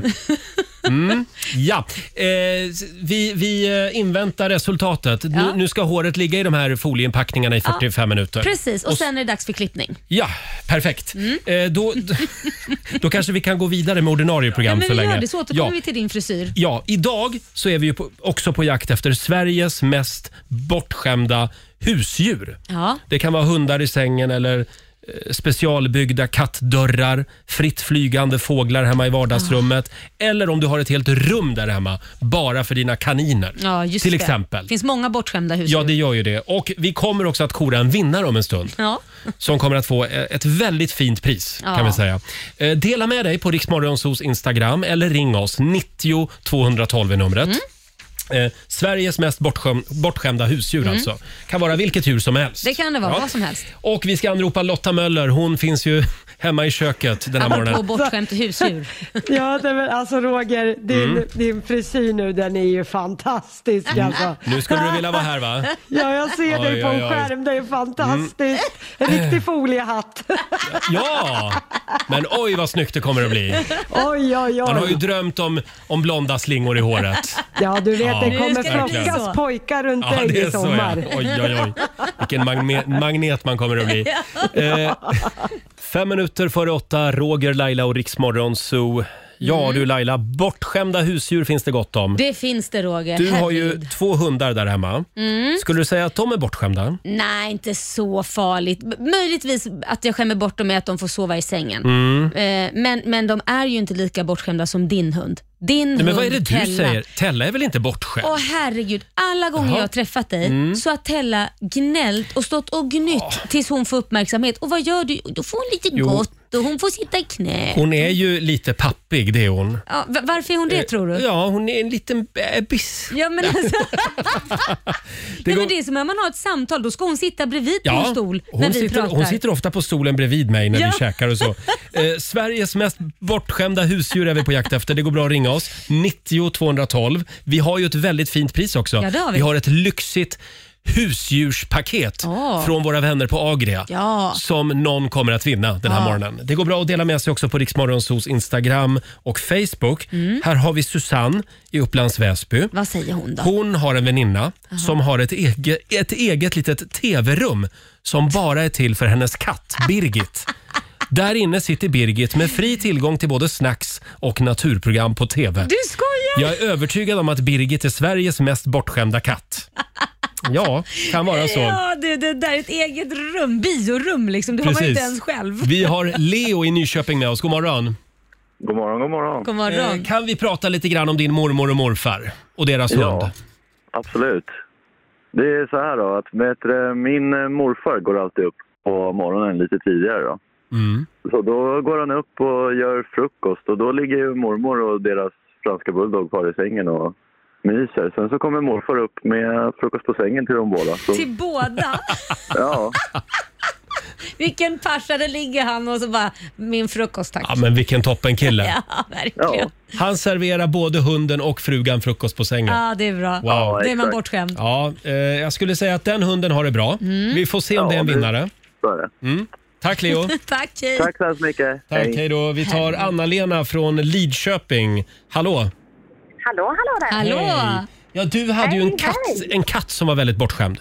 A: Mm, ja, eh, s- vi, vi eh, inväntar resultatet. Nu,
D: Ja.
A: nu ska håret ligga i de här folieinpackningarna i 45 minuter.
D: Precis, och
A: s-
D: sen är det dags för klippning.
A: Ja, perfekt.
D: Mm.
A: Eh, då, då kanske vi kan gå vidare med ordinarie
D: Ja,
A: program
D: men vi
A: så länge.
D: gör det, så
A: ja.
D: återkommer vi till din frisyr.
A: Ja, idag så är vi ju på, också på jakt efter Sveriges mest bortskämda husdjur.
D: Ja.
A: Det kan vara hundar i sängen eller eh, specialbyggda kattdörrar, fritt flygande fåglar hemma i vardagsrummet
D: Ah.
A: eller om du har ett helt rum där hemma bara för dina kaniner.
D: Ja, just
A: till
D: det.
A: exempel.
D: Det finns många bortskämda husdjur.
A: Ja, det gör ju det. Och vi kommer också att kora en vinnare om en stund.
D: Ja.
A: Som kommer att få eh, ett väldigt fint pris
D: Ja.
A: kan vi säga. Eh, Dela med dig på Riksmorgonsos Instagram eller ring oss. 90 212 är numret. Eh, Sveriges mest bortskäm, bortskämda husdjur
D: Mm.
A: alltså. Kan vara vilket djur som helst.
D: Det kan det vara,
A: Ja.
D: vad som helst.
A: Och vi ska anropa Lotta Möller. Hon finns ju hemma i köket den här
D: Apropå
A: morgonen.
D: bortskämt husdjur.
B: Ja, det, men, alltså Roger, din,
A: Mm.
B: din frisyr nu den är ju fantastisk
A: Mm.
B: alltså.
A: Nu skulle du vilja vara här va?
B: Ja, jag ser dig
A: Oj,
B: på
A: oj, Mm.
B: en
A: oj.
B: skärm. Det är fantastiskt. En riktig foliehatt.
A: Ja! Men oj vad snyggt det kommer att bli.
B: Oj, oj,
A: Man Eh. har ju
B: oj.
A: drömt om, om blonda slingor i håret.
B: Ja, du vet,
A: Ja,
B: det kommer
A: nu ska det bli så.
B: flockas pojkar runt dig i sommar.
A: Så, ja. Oj, oj, oj. Vilken magne- magnet man kommer att bli. Eh, fem minuter före åtta, Roger, Laila och Riksmorgon Zoo. Ja du Laila, bortskämda husdjur finns det gott om.
D: Mm. Det finns det Roger.
A: Du har ju
D: Herregud.
A: två hundar där hemma.
D: Mm.
A: Skulle du säga att de är bortskämda?
D: Nej, inte så farligt. M- Möjligtvis att jag skämmer bort dem med att de får sova i sängen.
A: Mm.
D: Eh, Men, men de är ju inte lika bortskämda som din hund. Din
A: Nej,
D: hund
A: men vad är det du
D: Tella.
A: säger? Tella är väl inte bortskämd?
D: Åh herregud, alla gånger
A: Jaha.
D: jag har träffat dig
A: Mm.
D: så har Tella gnällt och stått och gnytt tills hon får uppmärksamhet. Och vad gör du? Då får hon lite
A: Jo.
D: gott och hon får sitta i knä.
A: Hon är ju lite pappig, det är hon.
D: Ja, va- varför är hon det
A: Eh,
D: tror du?
A: Ja, hon är en liten bebis.
D: Ja, men alltså,
A: Det
D: det,
A: går-
D: men det är som när man har ett samtal, då ska hon sitta bredvid på en stol när
A: hon,
D: vi
A: sitter,
D: pratar.
A: hon sitter ofta på stolen bredvid mig när
D: Ja.
A: vi käkar och så. Eh, Sveriges mest bortskämda husdjur är vi på jakt efter. Det går bra att ringa oss. 90 212. Vi har ju ett väldigt fint pris också.
D: Ja, det har vi.
A: har ett lyxigt husdjurspaket
D: Åh.
A: från våra vänner på Agria
D: Ja.
A: som någon kommer att vinna den här
D: Ja.
A: morgonen. Det går bra att dela med sig också på Riksmorgonsos Instagram och Facebook. Här har vi Susanne i Upplands Väsby.
D: Mm. Vad säger hon då?
A: Hon har en väninna som har ett eget, ett eget litet tv-rum som bara är till för hennes katt Birgit. Där inne sitter Birgit med fri tillgång till både snacks och naturprogram på tv.
D: Du skojar!
A: Jag är övertygad om att Birgit är Sveriges mest bortskämda katt. Ja, kan vara så.
D: Ja, det, det där är ett eget rum, biorum liksom. Det har man ju inte ens själv.
A: Vi har Leo i Nyköping med oss. God morgon. Eh,
G: God morgon, god morgon.
D: God morgon.
A: Kan vi prata lite grann om din mormor och morfar och deras
G: Ja.
A: hund?
G: Absolut. Det är så här då, att vet du, min eh, morfar går alltid upp på morgonen lite tidigare då.
A: Mm.
G: Så då går han upp och gör frukost och då ligger ju mormor och deras franska bulldog kvar i sängen och myser. Sen så kommer morfar upp med frukost på sängen till de båda. Så,
D: Till båda.
G: ja,
D: Vilken pascha, där ligger han och så bara, min frukost tack.
A: Ja, men vilken toppenkille.
D: Ja, verkligen.
A: Han serverar både hunden och frugan frukost på sängen.
D: Ja, det är bra.
A: Wow. Ja,
D: det är man
A: exakt.
D: bortskämd. Mm.
A: Ja, eh, jag skulle säga att den hunden har det bra. Vi får se om det är en vinnare. Mm. Tack Leo.
D: Tack, hej.
G: tack så hemskt mycket.
A: Tack, hej då. Vi tar Anna-Lena från Lidköping. Hallå!
O: Hallå, hallå där!
A: Hej. Ja, du hade ju en
O: Hej,
A: katt,
O: hej.
A: en katt som var väldigt bortskämd.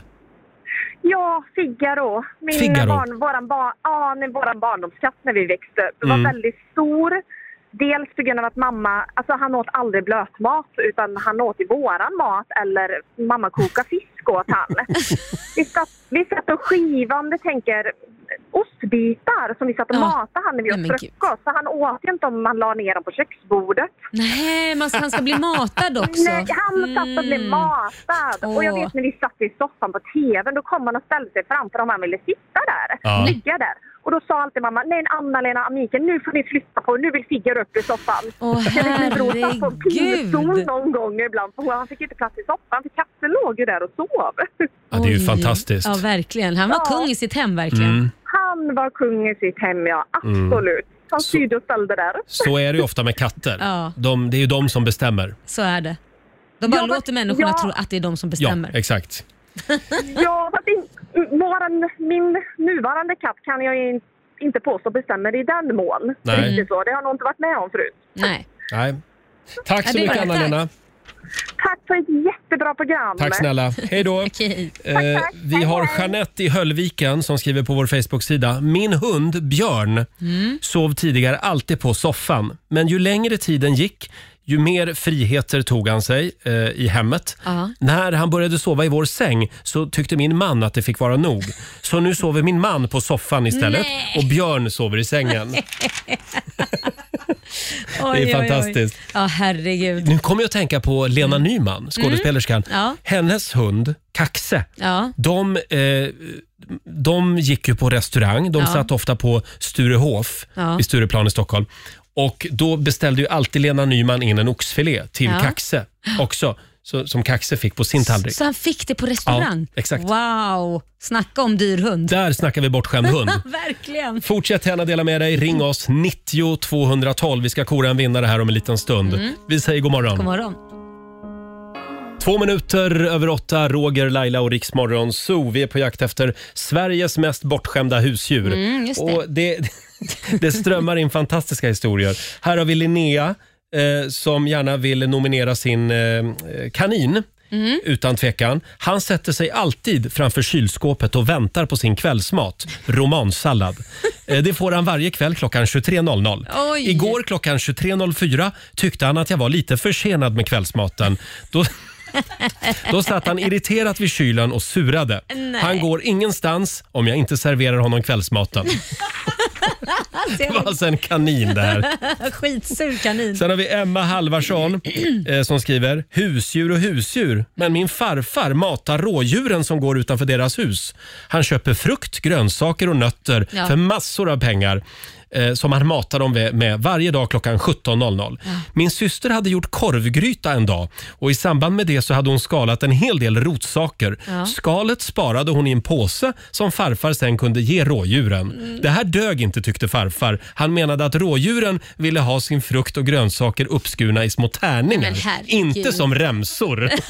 O: Ja, Figaro. Min
A: Figaro.
O: Barn, våran, barn, ja, nej, våran barndomskatt när vi växte upp. Den var
A: Mm.
O: väldigt stor. Dels på grund av att mamma, alltså han åt aldrig blötmat utan han åt i våran mat eller mamma kokade fisk åt han. vi, satt, vi satt och skivande tänker ostbitar som vi satt och
D: Ja.
O: matade han när vi
D: Nej, men
O: åt
D: gud.
O: frukost. Så han åt ju inte om man la ner dem på köksbordet.
D: Nej, man ska, han ska bli matad också.
O: Nej, han satt och blev
D: Mm.
O: matad. Och jag
D: Åh.
O: vet när vi satt i soffan på tvn, då kom han och ställde sig framför om han ville sitta där.
A: Ja.
O: Ligga där. Och då sa alltid mamma, nej Anna-Lena, Annika, nu får ni flytta på er. nu vill Figaro upp i soffan.
D: Åh,
O: Jag vet, min bror satt på en
D: herregud.
O: pinnstol någon gång ibland, för han fick inte plats i soffan, för katten låg ju där och sov.
A: Ja, det är ju
D: Oj.
A: fantastiskt.
D: Ja, verkligen. Han var kung i sitt hem verkligen.
A: Mm.
O: Han var kung i sitt hem, ja.
A: Mm.
O: Absolut. Han styrde och ställde där.
A: Så är det ju ofta med katter.
D: Ja.
A: De, det är ju de som bestämmer.
D: Så är det. De bara
O: Ja, men-
D: låter människorna
O: ja.
D: tro att det är de som
A: Ja,
D: bestämmer.
A: exakt.
O: Ja, fast in, våran, min nuvarande katt kan jag ju inte inte påstå bestämmer i den mån.
A: Nej.
O: Riktigt så. Det har jag nog inte varit med om förut.
D: Nej.
A: Nej. Tack
O: Ja,
A: så
O: det är
A: mycket
O: bra.
A: Anna-Lena.
O: Tack för ett jättebra program.
A: Tack snälla. Hej då. Eh, vi har Jeanette i Höllviken som skriver på vår Facebook-sida. Min hund Björn
D: Mm.
A: sov tidigare alltid på soffan. Men ju längre tiden gick, ju mer friheter tog han sig eh, i hemmet.
D: Ja.
A: När han började sova i vår säng så tyckte min man att det fick vara nog. Så nu sover min man på soffan istället
D: Nej.
A: och Björn sover i sängen.
D: Oj, oj, oj.
A: fantastiskt.
D: Ja, herregud.
A: Nu kommer jag att tänka på Lena Nyman, skådespelerskan.
D: Mm. Ja.
A: Hennes hund Kaxe,
D: Ja.
A: de, eh, de gick ju på restaurang. De
D: Ja.
A: satt ofta på Sturehof
D: Ja.
A: vid Stureplan i Stockholm. Och Då beställde ju alltid Lena Nyman in en oxfilé till
D: Ja.
A: Kaxe också. Så, som Kaxe fick på sin tallrik.
D: Så han fick det på restaurang?
A: Ja, exakt.
D: Wow, snacka om dyr hund.
A: Där snackar vi bortskämd hund.
D: Verkligen.
A: Fortsätt gärna dela med dig. Ring oss 90 212. Vi ska kora en vinnare här om en liten stund.
D: Mm.
A: Vi säger god morgon.
D: God morgon.
A: Två minuter över åtta, Roger, Laila och Riksmorgon Zoo. Vi är på jakt efter Sveriges mest bortskämda husdjur.
D: Mm, just det.
A: Och det, det strömmar in fantastiska historier. Här har vi Linnea eh, som gärna vill nominera sin eh, kanin.
D: Mm.
A: Utan tvekan. Han sätter sig alltid framför kylskåpet och väntar på sin kvällsmat, romansallad. Eh, Det får han varje kväll klockan 23.00.
D: Oj.
A: Igår klockan 23.04 tyckte han att jag var lite försenad med kvällsmaten. Då, då satt han irriterat vid kylen och surade.
D: Nej.
A: Han går ingenstans om jag inte serverar honom kvällsmaten. Det var alltså en kanin det här.
D: Skitsur kanin.
A: Sen har vi Emma Halvarsson eh, som skriver “Husdjur och husdjur, men min farfar matar rådjuren som går utanför deras hus. Han köper frukt, grönsaker och nötter
C: Ja.
A: för massor av pengar eh, som han matar dem med- med varje dag klockan 17.00.
C: Ja.
A: Min syster hade gjort korvgryta en dag och i samband med det så hade hon skalat en hel del rotsaker.
C: Ja.
A: Skalet sparade hon i en påse som farfar sen kunde ge rådjuren.
C: Mm.
A: Det här dög inte tyckte farfar. Han menade att rådjuren ville ha sin frukt och grönsaker uppskurna i små tärningar.
D: Men herregud.
A: Inte som remsor.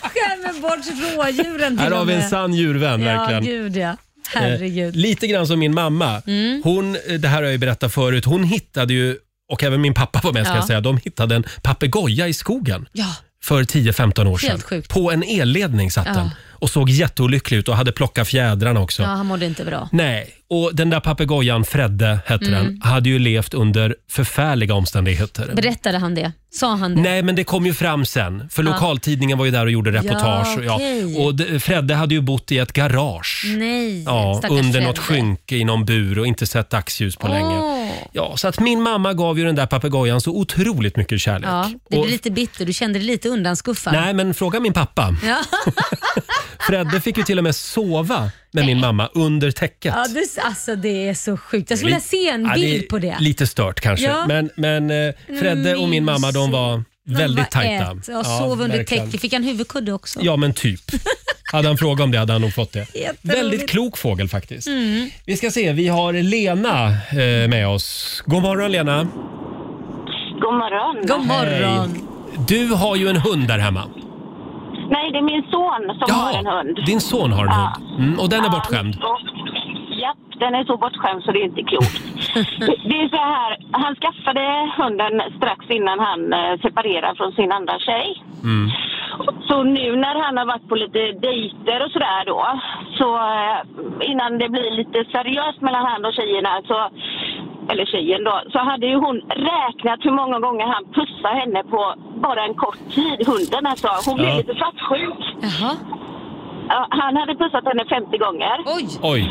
D: Skämmer bort rådjuren till
A: här har
D: och
A: vi en
D: med.
A: sann djurvän
D: Ja,
A: verkligen.
D: gud ja. Herregud.
A: Eh, lite grann som min mamma.
D: Mm.
A: Hon, eh, det här har jag ju berättat förut. Hon hittade ju, och även min pappa var med ska
D: Ja.
A: jag säga, de hittade en papegoja i skogen.
D: Ja.
A: För 10-15 år
D: Helt
A: sedan.
D: sjukt.
A: På en elledning satt
D: Ja.
A: den och såg jätteolycklig ut och hade plockat fjädrarna också.
D: Ja, han mådde inte bra.
A: Nej, och den där papegojan, Fredde hette
D: Mm.
A: den, hade ju levt under förfärliga omständigheter.
D: Berättade han det? Sa han det?
A: Mm. Nej, men det kom ju fram sen. För
D: Ja.
A: lokaltidningen var ju där och gjorde reportage. och
D: Ja, okej.
A: Och d- Fredde hade ju bott i ett garage.
D: Nej,
A: Ja,
D: stackars
A: under något
D: Fredde.
A: skynke i någon bur och inte sett dagsljus på
D: Åh.
A: länge. Ja, så att min mamma gav ju den där papegojan så otroligt mycket kärlek.
D: Ja, det blir
A: Och-
D: lite bitter. Du kände dig lite undanskuffad.
A: Nej, men fråga min pappa.
D: Ja.
A: Fredde fick ju till och med sova med min mamma under täcket.
D: Ja, det, alltså det är så sjukt. Jag skulle vilja se en
A: Ja, det
D: bild
A: är
D: på det.
A: Lite stört kanske.
D: Ja. Mm,
A: Men, men eh, Fredde och min mamma de var väldigt
D: var
A: tajta.
D: Ett, och sov under
A: verkligen.
D: täcket. Fick han huvudkudde också?
A: Ja, men typ. Hade han frågat om det hade han nog fått det.
D: Jätteroligt.
A: Väldigt klok fågel faktiskt.
D: Mm.
A: Vi ska se, vi har Lena eh, med oss. God morgon Lena.
P: God morgon.
A: Hej. Du har ju en hund där hemma.
P: Nej, det är min son som har en hund.
A: Din son har en
P: Ja.
A: hund. Mm, och den är bortskämd.
P: Och, japp, den är så bortskämd så det är inte klokt. Det- det är så här, han skaffade hunden strax innan han eh, separerade från sin andra tjej.
C: Mm.
P: Så nu när han har varit på lite dejter och sådär då, så eh, innan det blir lite seriöst mellan han och tjejerna så eller tjejen då, så hade ju hon räknat hur många gånger han pussade henne på bara en kort tid, hunden alltså. Hon blev
C: Ja.
P: lite svartsjuk. Ja, han hade pussat henne 50 gånger.
A: Oj.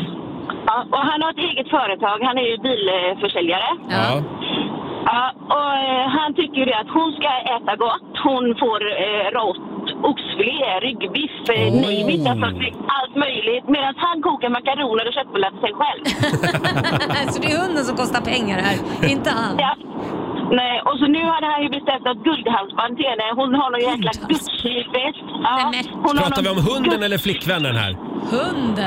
P: Ja, och han har ett eget företag, han är ju bilförsäljare.
A: Ja.
P: Ja, och eh, han tycker ju det att hon ska äta gott. Hon får eh, rått, oxfilé, ryggbiff, eh,
C: Oj.
P: nej, mitt, alltså, allt möjligt. Medan han kokar makaroner och köttbullar till sig själv.
D: Så det är hunden som kostar pengar här, inte han.
P: Ja. Nej, och så nu hade han ju beställt något guldhalsband till henne. Hon har någon jäkla Gucci-väst. Ja, hon har
A: Pratar vi om
P: någon
A: hunden eller flickvännen här?
D: Hunden?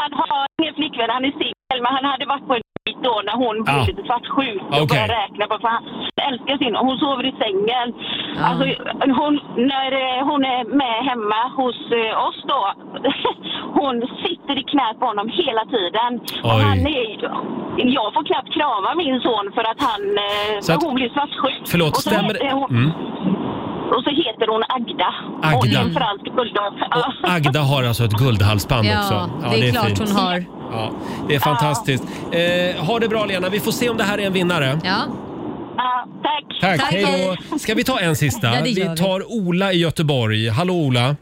P: Han har ingen flickvän, han är singel, men han hade varit på en dejt då när hon blev
A: Ja.
P: lite svartsjuk och
A: Okej.
P: började räkna på för han älskar sin... Hon sover i sängen. Alltså, hon, när eh, hon är med hemma hos eh, oss då, hon sitter i knät på honom hela tiden. Och
A: Oj.
P: han är, jag får knappt krama min son för att han... eh,
A: Så att-
P: hon blir svartsjuk.
A: Förlåt,
P: Och så
A: stämmer
P: heter hon-
A: Mm.
P: Och så heter hon Agda. Och det
A: Agda.
P: är en fransk bulldog. Ja.
A: Agda har alltså ett guldhalsband
P: Ja,
A: också.
P: det är klart hon har.
A: Ja, det är fantastiskt. Eh, ha det bra Lena, vi får se om det här är en vinnare.
D: Ja.
P: tack.
A: Tack, hej då. Ska vi ta en sista?
D: Ja, det gör
A: vi tar Ola i Göteborg. Hallå Ola.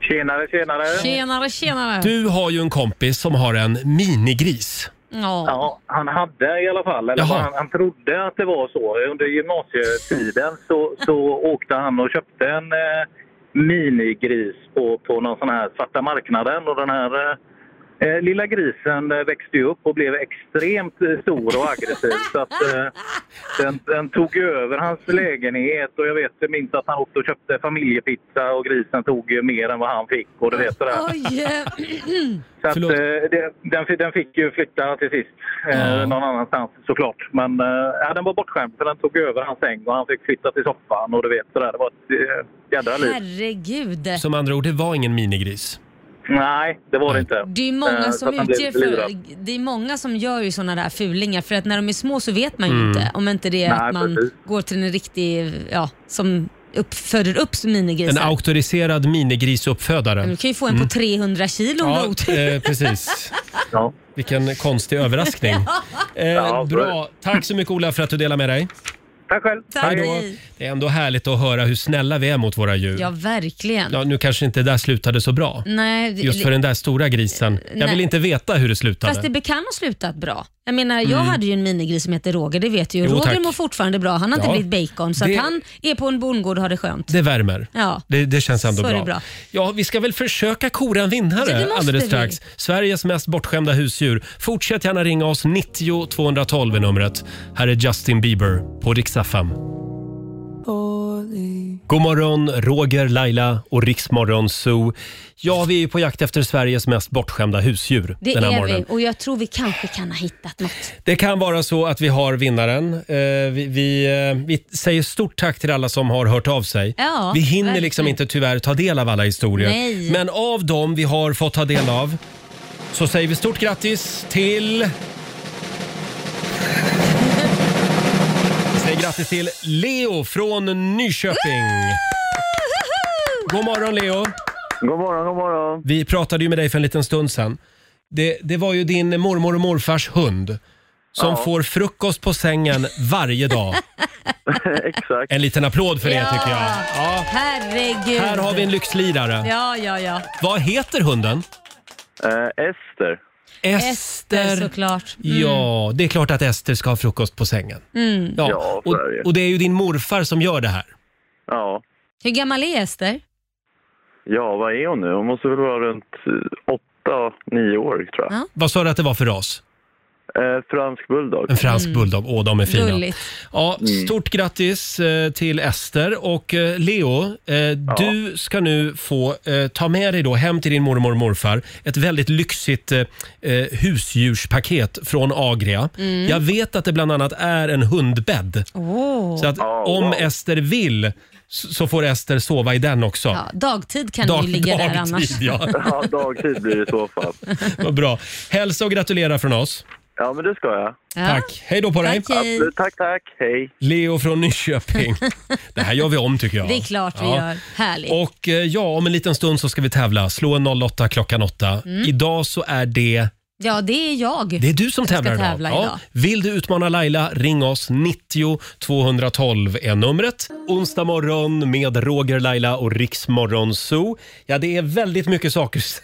Q: Tjenare, tjenare.
D: Tjenare, tjenare.
A: Du har ju en kompis som har en minigris.
D: Ja.
Q: Ja, han hade i alla fall, eller
A: Jaha.
Q: han, han trodde att det var så. Under gymnasietiden så, så åkte han och köpte en eh, minigris på, på någon sån här svarta marknaden och den här eh, Eh, lilla grisen eh, växte ju upp och blev extremt eh, stor och aggressiv. så att, eh, den, den tog ju över hans lägenhet och jag vet, jag minns att han åkte och köpte familjepizza och grisen tog ju mer än vad han fick. Och du vet sådär. Så att, eh, det, den, fi- den fick ju flytta till sist eh, någon annanstans såklart. Men eh, ja, den var bortskämd för den tog över hans säng och han fick flytta till soffan och du vet sådär. Det var ett eh, jädra liv.
D: Herregud.
A: Som andra ord, det var ingen minigris.
Q: Nej, det var det inte.
D: Det är
Q: Eh,
D: många
Q: så
D: som
Q: att han blev
D: utger
Q: lurad.
D: för, det är många som gör ju såna där fulingar för att när de är små så vet man ju
Q: Mm.
D: inte om inte det är
A: Nej,
D: att man
A: precis.
D: går till en riktig, ja, som upp, föder upp minigrisar.
A: En auktoriserad minigrisuppfödare.
D: du kan ju få en på 300 kilo om du har
A: Ja,
D: otur.
A: eh, precis. Vilken konstig överraskning. Eh, bra. Tack så mycket Ola för att du delar med dig.
Q: Tack själv.
D: Tack.
A: Hej då. Det är ändå härligt att höra hur snälla vi är mot våra djur.
D: Ja, verkligen.
A: Ja, nu kanske inte det där slutade så bra.
D: Nej, Eh, det- Eh,
A: Just för den där stora grisen. Jag
D: Nej.
A: vill inte veta hur det slutade.
D: Fast det be- kan ha slutat bra. Jag menar, jag
A: Mm.
D: hade ju en minigris som heter Roger, det vet du ju.
A: Jo,
D: Roger
A: tack.
D: mår fortfarande bra, han har
A: Ja.
D: inte blivit bacon. Så
A: Det-
D: att han är på en bondgård och har det skönt.
A: Det värmer.
D: Ja.
A: Det, det känns ändå
D: Så är
A: bra.
D: det bra.
A: Ja, vi ska väl försöka kora en
D: Ja, det
A: vinnare
D: måste
A: alldeles
D: vi.
A: strax. Sveriges mest bortskämda husdjur. Fortsätt gärna ringa oss. 90 212 är numret. Här är Justin Bieber på Rix FM. God morgon, Roger, Laila och Riksmorgon Zoo. Ja, vi är på jakt efter Sveriges mest bortskämda husdjur
D: Det
A: den här
D: är
A: morgonen.
D: vi och jag tror vi kanske kan ha hittat något.
A: Det kan vara så att vi har vinnaren. Eh, vi, vi, eh, vi säger stort tack till alla som har hört av sig.
D: Ja,
A: vi hinner
D: verkligen.
A: liksom inte tyvärr ta del av alla historier.
D: Nej.
A: Men av dem vi har fått ta del av så säger vi stort grattis till... Vi säger grattis till Leo från Nyköping. God morgon Leo!
Q: God morgon, god morgon.
A: Vi pratade ju med dig för en liten stund sedan. Det, det var ju din mormor och morfars hund som
Q: Ja.
A: får frukost på sängen varje dag.
Q: Exakt.
A: En liten applåd för det
D: Ja.
A: tycker jag. Ja.
D: Herregud.
A: Här har vi en lyxlirare.
D: Ja, ja, ja.
A: Vad heter hunden?
Q: Eh, Ester.
A: Ester.
D: såklart.
A: Ja, det är klart att Ester ska ha frukost på sängen.
D: Mm.
A: Ja, och, och det är ju din morfar som gör det här.
Q: Ja.
D: Hur gammal är Ester?
Q: ja, vad är hon nu? Hon måste väl vara runt eh, åtta, nio år tror jag.
A: Vad sa du att det var för ras?
Q: Eh, fransk bulldog.
A: En fransk
D: Mm.
A: bulldog. Åh, de är fina.
Q: Gulligt.
A: Ja,
Q: Mm.
A: stort grattis eh, till Ester och eh, Leo, eh, du ska nu få eh, ta med dig då hem till din mormor och morfar ett väldigt lyxigt eh, eh, husdjurspaket från Agria.
D: Mm.
A: Jag vet att det bland annat är en hundbädd.
D: Åh.
A: Så att om Ester vill s- så får Ester sova i den också.
D: Ja, dagtid kan du ju ligga där annars.
A: Ja.
Q: dagtid blir det i så fall.
A: Vad bra. Hälsa och gratulera från oss.
Q: Ja, men det ska jag.
D: Ja.
A: Tack. Hej då på dig.
D: Tack, hej. Absolut.
Q: Tack, tack. Hej.
A: Leo från Nyköping. Det här gör vi om tycker jag.
D: Det är klart vi
A: Ja.
D: gör. Härligt.
A: Och eh, ja, om en liten stund så ska vi tävla. Slå en 08 klockan 8.
D: Mm.
A: Idag så är det...
D: Ja, det är jag.
A: Det är du som tävlar,
D: ska tävla idag.
A: Vill du utmana Laila, ring oss. 90 212 är numret. Onsdag morgon med Roger, Laila och Riksmorgon Zoo. Ja, det är väldigt mycket saker s-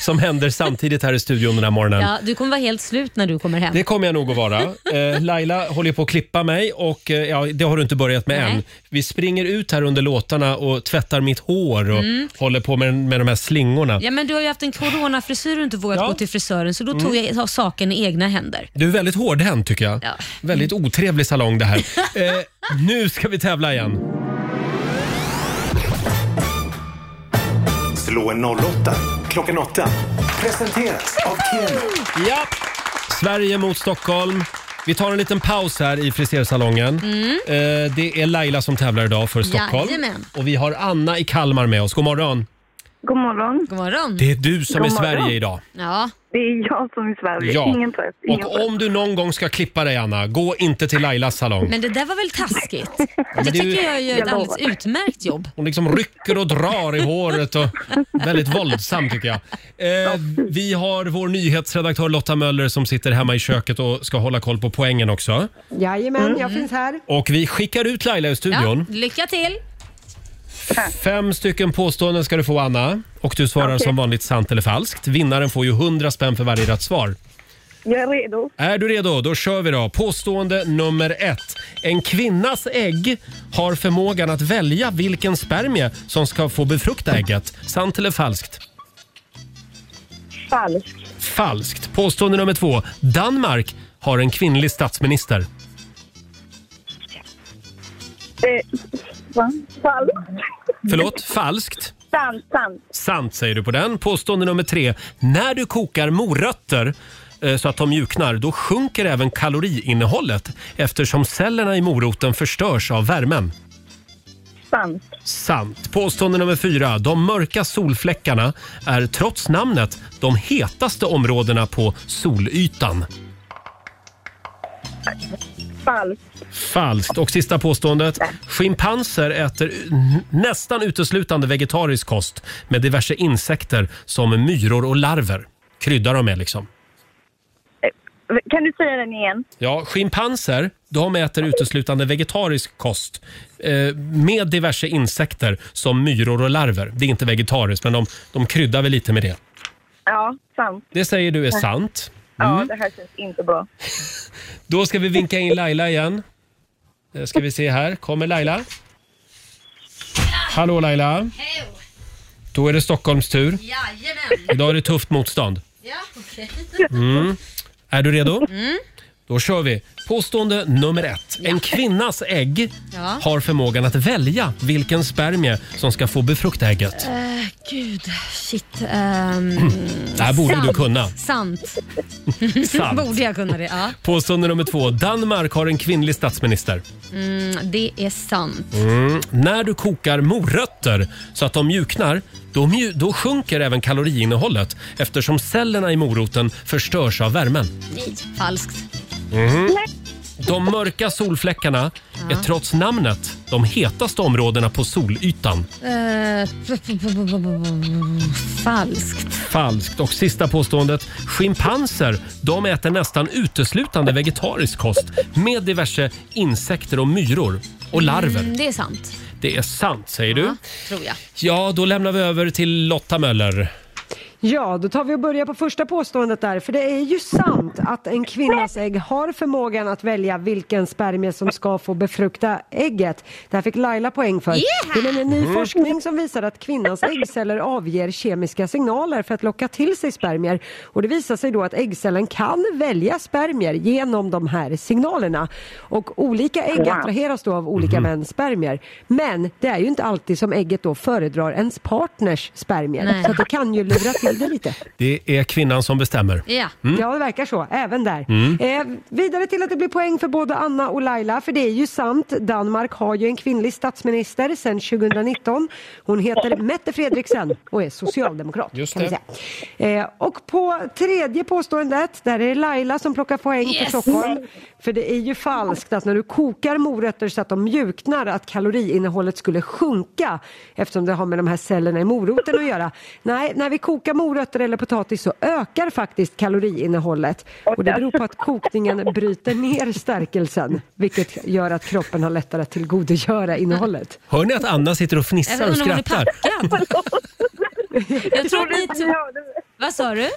A: som händer samtidigt här i studion den här morgonen.
D: Ja, du kommer vara helt slut när du kommer hem.
A: Det kommer jag nog att vara. Eh, Laila håller på att klippa mig och eh, ja, det har du inte börjat med
D: Nej.
A: än. Vi springer ut här under låtarna och tvättar mitt hår och
D: Mm.
A: håller på med, med de här slingorna.
D: Ja, men du har ju haft en coronafrisyr och inte vågat gå till frisören så då tog
A: Mm.
D: jag saken i egna händer.
A: Du är väldigt hårdhänt tycker jag.
D: Ja. Mm.
A: Väldigt otrevlig salong det här. Eh, nu ska vi tävla igen.
I: Slå en 08 klockan åtta. Presenteras av Keno.
A: Ja. Sverige mot Stockholm. Vi tar en liten paus här i frisersalongen.
D: Mm.
A: Eh, Det är Laila som tävlar idag för Stockholm.
D: Jajamän.
A: Och vi har Anna i Kalmar med oss. God morgon.
R: God morgon.
D: God morgon.
A: Det är du som är Sverige idag.
D: Ja.
R: Det är jag som är Sverige.
A: Ja.
R: Ingen tröst. Ingen
A: Och om du någon gång ska klippa dig Anna, gå inte till Lailas salong.
D: Men det där var väl taskigt?
A: men
D: Det
A: det är ju-
D: tycker jag gör
A: Jag
D: ett
A: lovar.
D: alldeles utmärkt jobb.
A: Hon liksom rycker och drar i håret och väldigt våldsam tycker jag. Eh, vi har vår nyhetsredaktör Lotta Möller som sitter hemma i köket och ska hålla koll på poängen också.
B: Jajamän,
A: Mm.
B: jag finns här.
A: Och vi skickar ut Laila ur studion.
D: lycka till!
A: Fem stycken påståenden ska du få Anna och du svarar
R: Okej.
A: som vanligt sant eller falskt. Vinnaren får ju 100 spänn för varje rätt svar.
R: Jag är redo.
A: Är du redo? Då kör vi då. Påstående nummer ett. En kvinnas ägg har förmågan att välja vilken spermie som ska få befrukta ägget. Sant eller falskt?
R: Falskt.
A: Falskt. Påstående nummer två. Danmark har en kvinnlig statsminister.
R: Eh, va? Falskt.
A: Förlåt, falskt.
R: Sant, sant.
A: Sant säger du på den. Påstående nummer tre. När du kokar morötter eh, så att de mjuknar, då sjunker även kaloriinnehållet eftersom cellerna i moroten förstörs av värmen.
R: Sant.
A: Sant. Påstående nummer fyra. De mörka solfläckarna är trots namnet de hetaste områdena på solytan.
R: Falskt.
A: Falskt. Och sista påståendet. Schimpanser äter u- nästan uteslutande vegetarisk kost med diverse insekter som myror och larver. Kryddar de med liksom.
R: Kan du säga den igen?
A: Ja, schimpanser de äter uteslutande vegetarisk kost eh, med diverse insekter som myror och larver. Det är inte vegetariskt, men de, de kryddar väl lite med det.
R: Ja, sant.
A: Det säger du är
R: Ja.
A: sant.
R: Ja,
A: Mm.
R: det här känns inte bra.
A: Då ska vi vinka in Laila igen. Eh, Ska vi se här. Kommer Laila? Hallå Laila. Då är det Stockholms tur.
D: Jajamän.
A: Idag är det tufft motstånd.
D: Ja, okej.
A: Mm. Är du redo?
D: Mm.
A: Då kör vi. Påstående nummer ett. En kvinnas ägg
D: Ja.
A: har förmågan att välja vilken spermie som ska få befrukta ägget.
D: Eh, gud, shit. Um,
A: Det här borde du kunna.
D: Sant.
A: Sant.
D: borde jag kunna det? Ja.
A: Påstående nummer två. Danmark har en kvinnlig statsminister.
D: Mm, det är sant.
A: Mm. När du kokar morötter så att de mjuknar, då, mju- då sjunker även kaloriinnehållet eftersom cellerna i moroten förstörs av värmen.
D: Nej, falskt.
A: Mm. De mörka solfläckarna
D: Ja.
A: är trots namnet de hetaste områdena på solytan.
D: Eh, f- f- f- f- falskt.
A: Falskt. Och sista påståendet. Schimpanser de äter nästan uteslutande vegetarisk kost med diverse insekter och myror och larver.
D: Mm, det är sant,
A: Det är sant, säger du.
D: tror jag.
A: Ja, då lämnar vi över till Lotta Möller.
B: Ja, då tar vi och börjar på första påståendet där. För det är ju sant att en kvinnas ägg har förmågan att välja vilken spermie som ska få befrukta ägget. Det här fick Laila poäng för.
H: Yeah!
B: Det är nämligen ny
H: Mm.
B: forskning som visar att kvinnans äggceller avger kemiska signaler för att locka till sig spermier. Och det visar sig då att äggcellen kan välja spermier genom de här signalerna. Och olika ägg
R: Wow.
B: attraheras då av olika mäns spermier. Men det är ju inte alltid som ägget då föredrar ens partners spermier.
D: Nej.
B: Så att det kan ju lura till det lite.
A: Det är kvinnan som bestämmer.
D: Ja.
A: Mm.
B: Ja, det verkar så. Även där.
A: Mm.
B: Eh, vidare till att det blir poäng för både Anna och Laila, för det är ju sant. Danmark har ju en kvinnlig statsminister sedan 2019. Hon heter Mette Fredriksen och är socialdemokrat.
A: Just
B: kan vi
A: det.
B: säga. Eh, och på tredje påståendet, där är det Laila som plockar poäng
H: Yes!
B: för Stockholm. För det är ju falskt att när du kokar morötter så att de mjuknar att kaloriinnehållet skulle sjunka eftersom det har med de här cellerna i moroten att göra. Nej, när vi kokar morötter eller potatis så ökar faktiskt kaloriinnehållet och det beror på att kokningen bryter ner stärkelsen vilket gör att kroppen har lättare att tillgodogöra innehållet.
A: Hör ni att Anna sitter och fnissar och skrattar?
D: Jag trodde inte ni
R: hörde
D: mig. Vad sa du?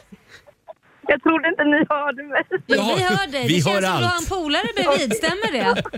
R: Jag trodde inte ni hörde mig.
D: Jo, vi hör dig.
A: vi
D: det
A: hör
D: känns som du har
A: allt.
D: en polare bredvid. Stämmer det?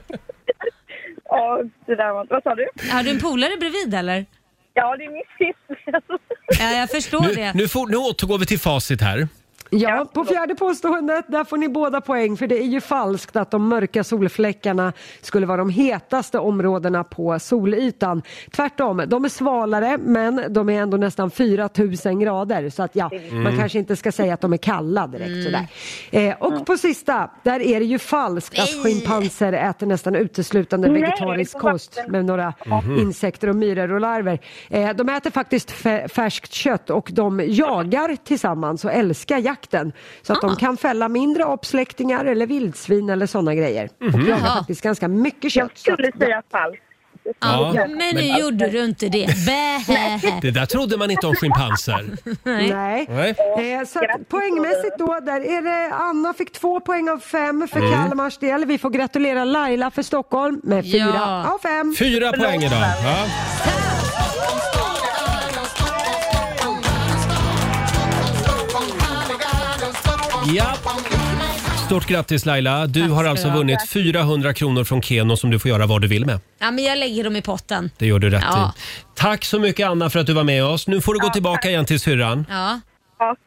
R: Ja, det där var inte... Vad sa du?
D: Har du en polare bredvid eller?
R: Ja, det är min syster.
D: Ja, jag förstår
A: Nu,
D: det.
A: nu, får, nu återgår vi till facit här.
B: Ja, på fjärde påståendet, där får ni båda poäng för det är ju falskt att de mörka solfläckarna skulle vara de hetaste områdena på solytan. Tvärtom, de är svalare men de är ändå nästan 4000 grader så att ja,
H: Mm.
B: man kanske inte ska säga att de är kalla direkt
H: Mm.
B: sådär. Eh, och på sista, där är det ju falskt att
H: Nej.
B: schimpanser äter nästan uteslutande
H: Nej,
B: vegetarisk
H: det är på
B: kost
H: vatten.
B: med några
H: Mhm.
B: insekter insekter och myror och larver. Eh, de äter faktiskt fä- färskt kött och de jagar tillsammans och älskar jakten. Så att
A: Ah.
B: de kan fälla mindre apsläktingar eller vildsvin eller sådana grejer. Och
H: Mhm.
B: jagar
H: Jaha.
B: faktiskt ganska mycket kött. Jag skulle säga falskt.
D: Ja,
A: Ja,
D: men nu
A: men-
D: gjorde du inte det. Bähä.
A: Det där trodde man inte om schimpanser.
D: Nej.
B: Nej.
A: Nej.
B: Eh, så att poängmässigt då, där är det Anna fick två poäng av fem för
A: Mm.
B: Kalmars del. Vi får gratulera Laila för Stockholm med
A: Ja.
B: fyra av fem.
A: Fyra poäng idag. Ja. Ja. Stort grattis Laila. Du har
D: ska
A: alltså
D: du ha.
A: vunnit 400 kronor från Keno som du får göra vad du vill med.
D: Ja, men jag lägger dem i potten.
A: Det gör du rätt
D: Ja.
A: i. Tack så mycket Anna för att du var med oss. Nu får du gå tillbaka igen till syrran.
D: Ja.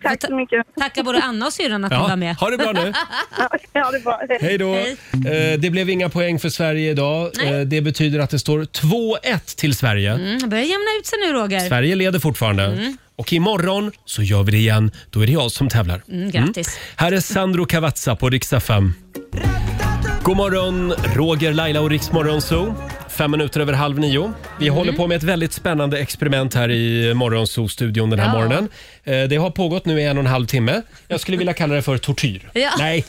D: tack så mycket. Tacka både Anna och syrran att
A: Ja,
D: ni var med.
A: ha det bra nu.
R: Ja, det var det.
A: Hej då! Eh, det blev inga poäng för Sverige idag. Eh, det betyder att det står 2-1 till Sverige.
D: Mm, det börjar jämna ut sig nu Roger.
A: Sverige leder fortfarande.
D: Mm.
A: Och imorgon så gör vi det igen. Då är det jag som tävlar.
D: Mm, grattis.
A: Här är Sandro Cavazza på riksdag 5. God morgon, Roger, Laila och Riksmorgon Zoo. Fem minuter över halv nio. Vi
D: Mm.
A: håller på med ett väldigt spännande experiment här i Morgonzoo-studion den här
D: Ja.
A: morgonen. Eh, Det har pågått nu i en och en halv timme. Jag skulle vilja kalla det för tortyr.
D: Ja.
A: Nej,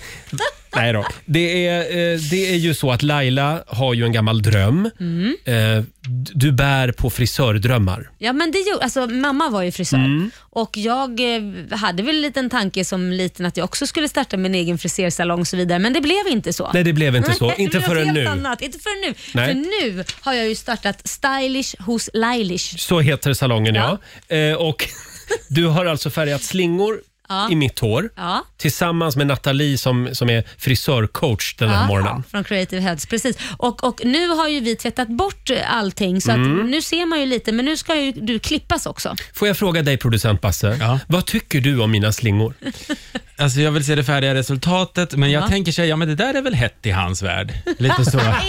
A: Nej då. Det är, eh, det är ju så att Laila har ju en gammal dröm. Mm. Eh, d- Du bär på frisördrömmar.
D: Ja, men det gjorde, alltså, mamma var ju frisör
A: Mm.
D: och jag eh, hade väl en liten tanke som liten att jag också skulle starta min egen frisersalong och så vidare, men det blev inte så.
A: Nej, det blev inte så.
D: Nej, det
A: Inte
D: blev något
A: förrän
D: helt
A: nu.
D: Annat. Inte förrän nu.
A: Nej.
D: För nu har jag ju startat Stylish hos Lailish.
A: Så heter salongen ja. Eh, Och du har alltså färgat slingor
D: Ja.
A: i mitt hår
D: Ja.
A: tillsammans med Nathalie som, som är frisörcoach den här
D: Ja,
A: morgonen.
D: Från Creative Heads, precis. Och, och nu har ju vi tvättat bort allting så
A: Mm.
D: att nu ser man ju lite, men nu ska ju du klippas också.
A: Får jag fråga dig producent Basse, vad tycker du om mina slingor?
E: Alltså jag vill se det färdiga resultatet, men jag
D: Ja.
E: tänker så här, ja men det där är väl hett i hans värld. Lite så.
D: I hans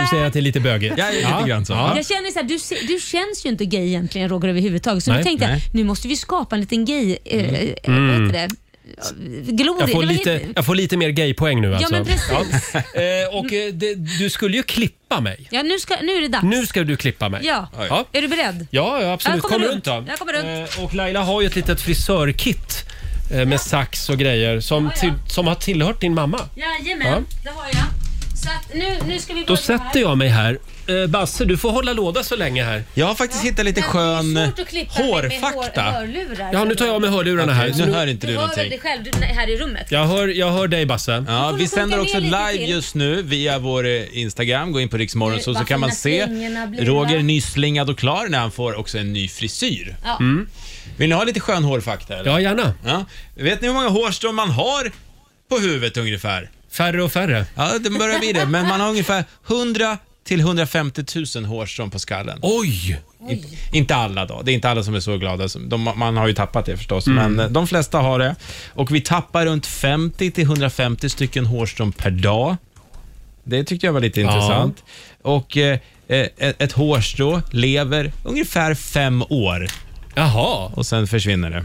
A: Du säger att det är lite bögigt.
E: Ja, lite grann så.
D: Jag känner så här, du, se- du känns ju inte gay egentligen Roger överhuvudtaget. Så
A: Nej,
D: nu tänkte
A: nej.
D: jag, nu måste vi skapa en liten gay... Eh, eh,
A: Mm.
D: Vad heter det? Glory.
A: Jag får,
D: Det var
A: lite,
D: helt-
A: jag får lite mer gaypoäng nu
D: Ja,
A: alltså.
D: men precis.
A: Ja. Eh, Och eh, det, du skulle ju klippa mig.
D: Ja, nu, ska, nu är det dags.
A: Nu ska du klippa mig.
D: Ja.
A: ja.
D: Är du beredd?
A: Ja, ja absolut.
D: Jag
A: Kom
D: kommer
A: runt då.
D: runt. Jag kommer runt.
A: Eh, Och Laila har ju ett litet frisörkit eh, med sax och grejer som, till, som har tillhört din mamma.
D: Jajamän,
A: Ja.
D: det har jag. Så att nu, nu ska vi
A: Då
D: börja
A: sätter jag mig här. Eh, Basse, du får hålla låda så länge här.
E: Jag har faktiskt hittat lite skön
D: Det är svårt att klippa mig
E: hårfakta.
D: Med hår, hörlurar.
A: Ja, nu tar jag av mig hörlurarna här.
E: Okej, nu hör inte
D: du hör väl dig själv du, här i rummet?
A: Jag hör, jag hör dig Basse.
E: Ja, vi sänder
D: sjunka
E: också
D: ner lite
E: live
D: till.
E: just nu via vår eh, Instagram. Gå in på Rix
D: Nu,
E: Morgonzoo så
D: vad
E: kan man
D: fina
E: se
D: slingorna blir,
E: Roger
D: va?
E: nyslingad och klar när han får också en ny frisyr.
D: Ja.
E: Mm. Vill ni ha lite skön hårfakta? Eller?
A: Ja, gärna.
E: Ja. Vet ni hur många hårstrån man har på huvudet ungefär?
A: Färre och färre.
E: Ja, det börjar bli det. Men man har ungefär 100 till 150 000 hårstrån på skallen.
A: Oj!
E: Inte, inte alla då. Det är inte alla som är så glada. som- De, man har ju tappat det förstås,
A: Mm.
E: men eh, de flesta har det. Och vi tappar runt 50 till 150 stycken hårstrån per dag. Det tyckte jag var lite
A: Ja.
E: intressant. Och eh, eh, ett, ett hårstrå lever ungefär fem år.
A: Jaha.
E: Och sen försvinner det.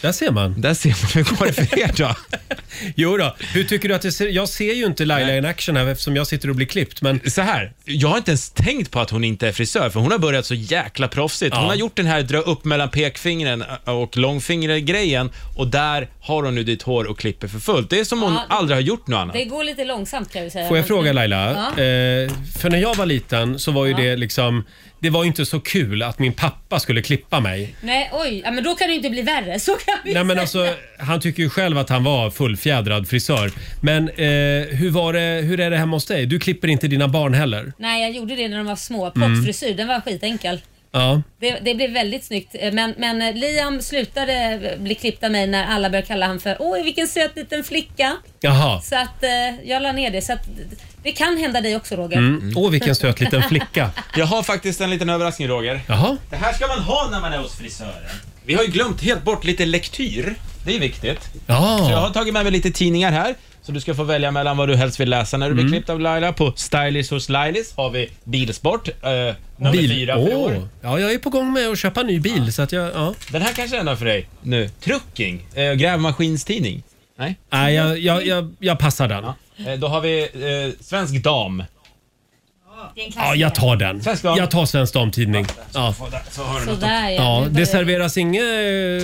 A: Där ser man.
E: Där ser man. Hur går det för er då?
A: Jo då. Hur tycker du att det ser Jag ser ju inte Laila in action här eftersom jag sitter och blir klippt. Men...
E: Så här, jag har inte ens tänkt på att hon inte är frisör, för hon har börjat så jäkla proffsigt. Hon
A: Ja.
E: har gjort den här dra upp mellan pekfingren eh, och långfingret-grejen och där har hon nu ditt hår och klipper för fullt. Det är som hon
D: Ja.
E: aldrig har gjort något annat.
D: Det går lite långsamt kan jag säga.
A: Får jag
D: Men-
A: fråga Laila?
D: Ja.
A: Eh, för när jag var liten så var ju
D: Ja.
A: det liksom... Det var ju inte så kul att min pappa skulle klippa mig.
D: Nej, oj. Ja, men då kan det ju inte bli värre. Så kan vi
A: Nej men
D: säga.
A: alltså, han tycker ju själv att han var fullfjädrad frisör. Men eh, hur, var det, hur är det hemma hos dig? Du klipper inte dina barn heller?
D: Nej, jag gjorde det när de var
A: Mm.
D: små. Proffsfrisyr, den var skitenkel.
A: Ja.
D: Det, det blev väldigt snyggt. Eh, Men, men eh, Liam slutade eh, bli klippt av mig när alla började kalla honom för Oj, vilken söt liten flicka.
A: Jaha.
D: Så att eh, jag la ner det. Så att, det kan hända dig också Roger.
A: Mm. Åh, vilken söt liten flicka.
E: Jag har faktiskt en liten överraskning Roger.
A: Jaha?
E: Det här ska man ha när man är hos frisören. Vi har ju glömt helt bort lite lektyr. Det är viktigt.
A: Ja.
E: Så jag har tagit med mig lite tidningar här. Så du ska få välja mellan vad du helst vill läsa när du
A: Mm.
E: blir klippt av Laila. På Stylish hos Lailis har vi Bilsport, eh, nummer
A: Bil-
E: fyra för i
A: Åh.
E: år.
A: Ja, jag är på gång med att köpa en ny bil så att jag, ja.
E: Den här kanske är något för dig nu. Trucking, eh, grävmaskinstidning. Nej,
A: Nej jag, jag, jag, jag passar den.
E: Eh, Då har vi eh, Svensk Dam.
A: Ja, jag tar den. Jag tar Svensk Damtidning. Ja.
D: Sådär
A: Ja,
D: Nu
A: det
D: börjar-
A: serveras ingen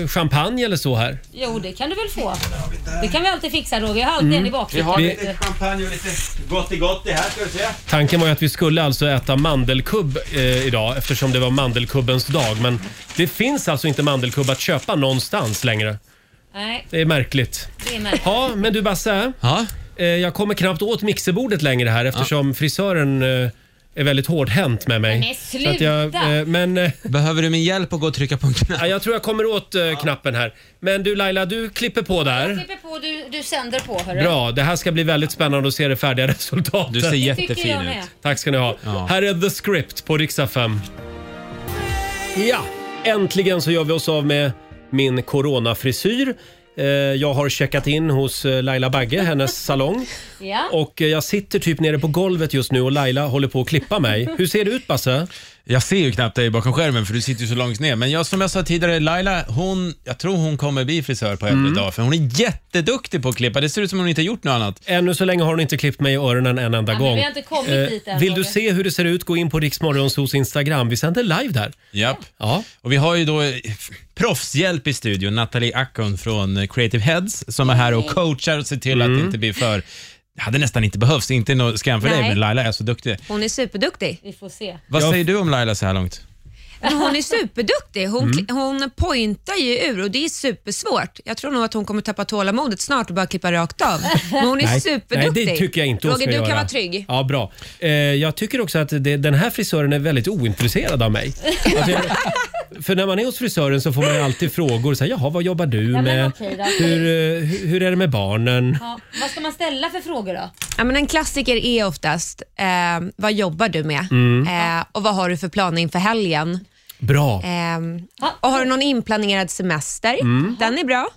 A: eh, champagne eller så här.
D: Jo, det kan du väl få. Det kan vi alltid fixa Roger. Jag har alltid
A: Mm.
D: en i bakfickan.
A: Vi har lite
E: champagne och lite gotti-gotti här ska du se.
A: Tanken var ju att vi skulle alltså äta mandelkubb eh, idag eftersom det var mandelkubbens dag. Men det finns alltså inte mandelkubb att köpa någonstans längre.
D: Nej,
A: Det är märkligt.
D: det är märkligt.
A: Ja, men du Basse. Eh,
E: Ja?
A: Jag kommer knappt åt mixerbordet längre här eftersom frisören eh, är väldigt hårdhänt med mig.
D: Men sluta!
A: Så att jag, eh, men,
E: Behöver du min hjälp att gå och trycka på en knapp?
A: Ja, jag tror jag kommer åt eh, knappen här. Men du Laila, du klipper på
D: Jag
A: där.
D: klipper på, du, du sänder på hörru.
A: Bra, det här ska bli väldigt spännande att se det färdiga resultatet.
E: Du ser Det
D: tycker jättefin jag med. ut.
A: Tack ska ni ha. Här är The Script på riksdag 5. Ja, äntligen så gör vi oss av med min coronafrisyr. Eh, Jag har checkat in hos eh, Laila Bagge, hennes salong.
D: Ja.
A: Och eh, jag sitter typ nere på golvet just nu och Laila håller på att klippa mig. Hur ser det ut Basse?
E: Jag ser ju knappt dig bakom skärmen för du sitter ju så långt ner. Men jag, som jag sa tidigare, Laila, hon, jag tror hon kommer bli frisör på
A: Mm.
E: äldre dag för hon är jätteduktig på att klippa. Det ser ut som hon inte har gjort något annat.
A: Ännu så länge har hon inte klippt mig i öronen en enda
D: Ja,
A: gång.
D: men
A: Eh,
D: vi har inte kommit dit än,
A: vill du
D: Roger.
A: se hur det ser ut, gå in på Riksmorgonsos Instagram. Vi sänder live där.
E: Japp. Ja. Och vi har ju då eh, f- proffshjälp i studion, Nathalie Ackon från eh, Creative Heads som är här och coachar och ser till
A: Mm.
E: att det inte blir för det hade nästan inte behövts, inte någon skam för dig,
M: Nej.
E: men Laila är så duktig.
M: Hon är superduktig.
D: Vi får se.
E: Vad säger du om Laila så här långt?
M: Men hon är superduktig. Hon,
E: Mm.
M: kli- hon pointar ju ur och det är supersvårt. Jag tror nog att hon kommer tappa tålamodet snart och bara klippa rakt av. Men hon är
A: Nej,
M: superduktig.
A: Nej, det tycker jag inte hon
M: Roger,
A: ska
M: du
A: göra.
M: kan vara trygg.
A: Ja, bra. Eh, jag tycker också att det, den här frisören är väldigt ointresserad av mig. Alltså, jag, för när man är hos frisören så får man ju alltid frågor. Så här, Jaha, vad jobbar du
D: men
A: med?
D: okej då.
A: hur, eh, hur, hur är det med barnen?
D: Ja. Vad ska man ställa för frågor då?
M: Ja, men en klassiker är oftast, eh, vad jobbar du med?
A: Mm.
M: Eh, och vad har du för planer inför helgen?
A: Bra.
D: Eh.
M: Ehm, och har du någon inplanerad semester?
A: Mm.
M: Den är bra.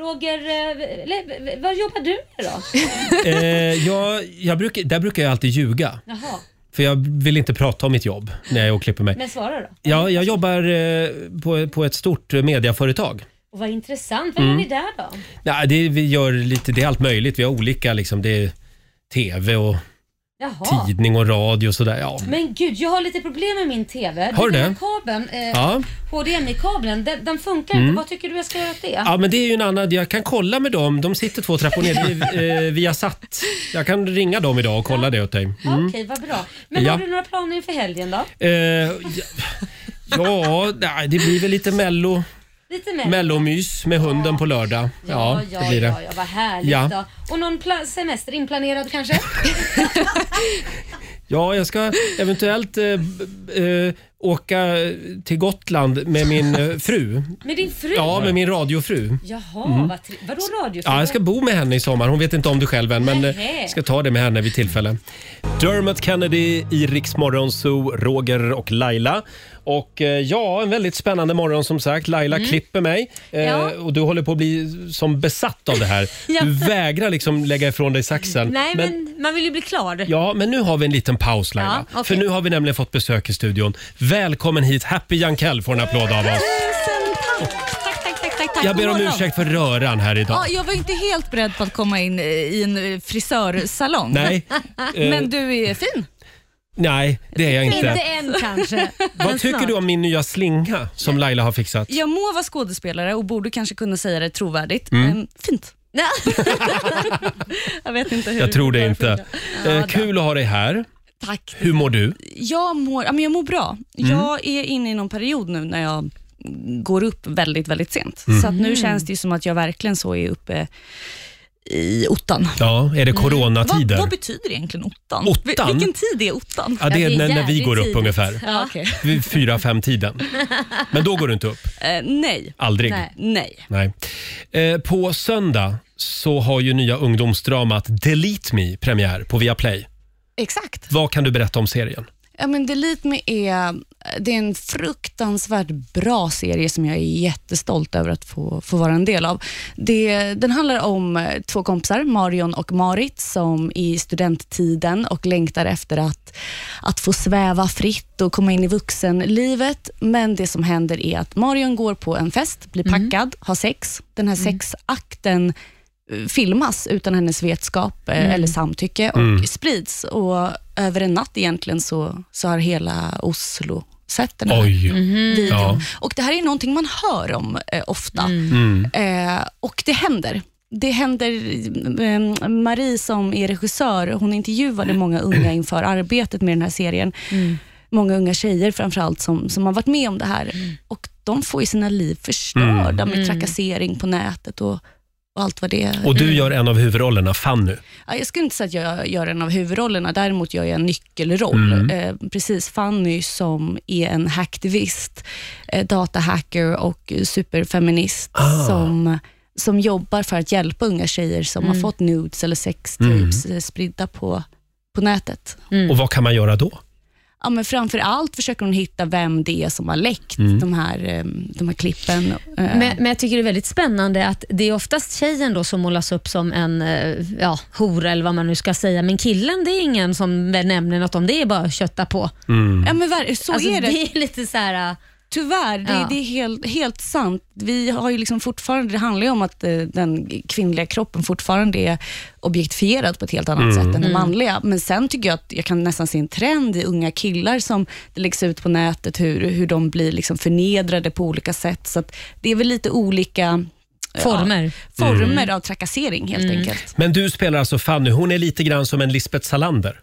D: Roger, eh, le- vad jobbar du med då?
A: Eh, jag, jag brukar, där brukar jag alltid ljuga.
D: Jaha,
A: För jag vill inte prata om mitt jobb när jag är och klipper mig.
D: men svara då.
A: Ja, jag jobbar eh, på, på ett stort eh, mediaföretag.
D: Och vad intressant, vad gör
A: Mm.
D: ni där då?
A: Ja, det, vi gör lite, det är allt möjligt. Vi har olika, liksom, det är tv och
D: Jaha.
A: tidning och radio och sådär. Ja.
D: Men gud, jag har lite problem med min TV.
A: Har du
D: Den
A: det?
D: Kabeln, eh,
A: Ja.
D: HDMI-kabeln, den, den funkar
A: Mm.
D: inte. Vad tycker du jag ska göra åt det?
A: Ja, men det är ju en annan. Jag kan kolla med dem. De sitter två trappor ner vi- eh, via satt. Jag kan ringa dem idag och kolla det åt dig.
D: Ja,
A: Mm.
D: Okej, vad bra. Men
A: Ja.
D: har du några planer inför helgen då?
A: Eh, ja, ja, nej, det blir väl lite mello,
D: Lite mer?
A: mellomys med hunden på lördag. Ja,
D: ja,
A: det blir det.
D: ja, ja, vad härligt
A: Ja.
D: då. Och någon pla- semester inplanerad kanske?
A: Ja, jag ska eventuellt eh, b- eh, åka till Gotland med min eh, fru.
D: Med din fru?
A: Ja, med min radiofru.
D: Jaha,
A: Mm.
D: vad tri- vadå radio?
A: Ja, jag ska bo med henne i sommar. Hon vet inte om det själv än, men
D: Nähä.
A: eh, ska ta det med henne vid tillfälle. Dermot Kennedy i Rix Morgon Zoo, Roger och Laila. Och eh, ja, en väldigt spännande morgon som sagt. Laila
D: Mm.
A: klipper mig eh,
D: Ja.
A: och du håller på att bli som besatt av det här.
D: Ja.
A: Du vägrar liksom lägga ifrån dig saxen.
D: Nej, men, man vill ju bli klar.
A: Ja, men nu har vi en liten paus Laila.
D: Ja, okej.
A: För nu har vi nämligen fått besök i studion. Välkommen hit, Happy Jankell får en applåd av oss.
S: Tusen tack! Tack, tack, tack, tack, tack.
A: Jag ber om
S: God morgon.
A: ursäkt för röran här idag.
S: Ja, jag var inte helt beredd på att komma in eh, i en eh, frisörsalong.
A: Nej, eh,
S: Men du är fin.
A: Nej, det är jag inte.
S: än kanske.
A: Vad tycker du om min nya slinga som Laila har fixat?
S: Jag må vara skådespelare och borde kanske kunna säga det trovärdigt.
A: Mm.
S: Ehm, Fint. jag vet inte hur.
A: Jag tror det inte.
S: Ja,
A: Eh,
S: då.
A: kul att ha dig här.
S: Tack.
A: Hur mår du?
S: Jag mår, ja, men jag mår bra.
A: Mm.
S: Jag är inne i någon period nu när jag går upp väldigt, väldigt sent.
A: Mm.
S: Så att nu
A: Mm.
S: känns det ju som att jag verkligen så är uppe i ottan.
A: Ja, är det
S: Vad,
D: Mm.
A: coronatider?
S: vad betyder egentligen ottan?
A: Ottan?
S: Vil- Vilken tid är ottan?
A: Ja, det är Ja, det är när- när vi jävligt går upp tidigt. ungefär.
S: Ja, okej.
A: Vid fyra, fem tiden. Men då går du inte upp?
S: Eh, nej.
A: Aldrig.
S: Nej. nej.
A: Nej. Eh, på söndag så har ju nya ungdomsdramat Delete Me premiär på Viaplay.
S: Exakt.
A: Vad kan du berätta om serien?
S: Ja, men Delete Me är det är en fruktansvärt bra serie som jag är jättestolt över att få, få vara en del av. Det, den handlar om eh, två kompisar, Marion och Marit, som i studenttiden och längtar efter att, att få sväva fritt och komma in i vuxenlivet. Men det som händer är att Marion går på en fest, blir packad, har sex. Den här sexakten eh, filmas utan hennes vetskap eh,
T: Mm.
S: eller samtycke och
T: Mm.
S: sprids. Och över en natt egentligen så, så har hela Oslo sett den här
T: Oj. Mhm.
S: videon.
T: Ja.
S: Och det här är någonting man hör om eh, ofta.
T: Mm.
S: Eh, och det händer. Det händer, eh, Marie som är regissör, hon intervjuade många unga inför arbetet med den här serien.
B: Mm.
S: Många unga tjejer framförallt som, som har varit med om det här.
T: Mm.
S: Och de får ju sina liv förstörda
A: Mm.
S: med
A: Mm.
S: trakassering på nätet och, och allt vad det
A: Och du gör en av huvudrollerna, Fanny.
S: Ja, Jag skulle inte säga att jag gör en av huvudrollerna, däremot gör jag en nyckelroll.
A: Mm.
S: Eh, precis, Fanny som är en hacktivist, eh, datahacker och superfeminist
T: Ah.
S: som, som jobbar för att hjälpa unga tjejer som har
T: Mm.
S: fått nudes eller sextapes
A: Mm.
S: eh, spridda på, på nätet.
A: Och vad kan man göra då?
S: Ja, men framför allt försöker hon hitta vem det är som har läckt
A: Mm.
S: de, här, eh, de här klippen. Eh,
D: Men, men jag tycker det är väldigt spännande att det är oftast tjejen då som målas upp som en eh, ja, hora eller vad man nu ska säga, men killen det är ingen som nämner något om det, är bara att kötta på.
A: Mm.
S: Ja, men ver- så
D: Alltså,
S: är det.
D: det är lite så här... äh,
S: Tyvärr, det,
D: Ja.
S: det är helt, helt sant. Vi har ju liksom fortfarande, det handlar ju om att eh, den kvinnliga kroppen fortfarande är objektifierad på ett helt annat
T: Mm.
S: sätt än den
T: Mm.
S: manliga. Men sen tycker jag att jag kan nästan se en trend i unga killar som det läggs ut på nätet, hur, hur de blir liksom förnedrade på olika sätt. Så att det är väl lite olika eh,
D: Former. Mm.
S: Ja, former
A: Mm.
S: av trakassering helt enkelt.
A: Men du spelar alltså Fanny, hon är lite grann som en Lisbeth Salander.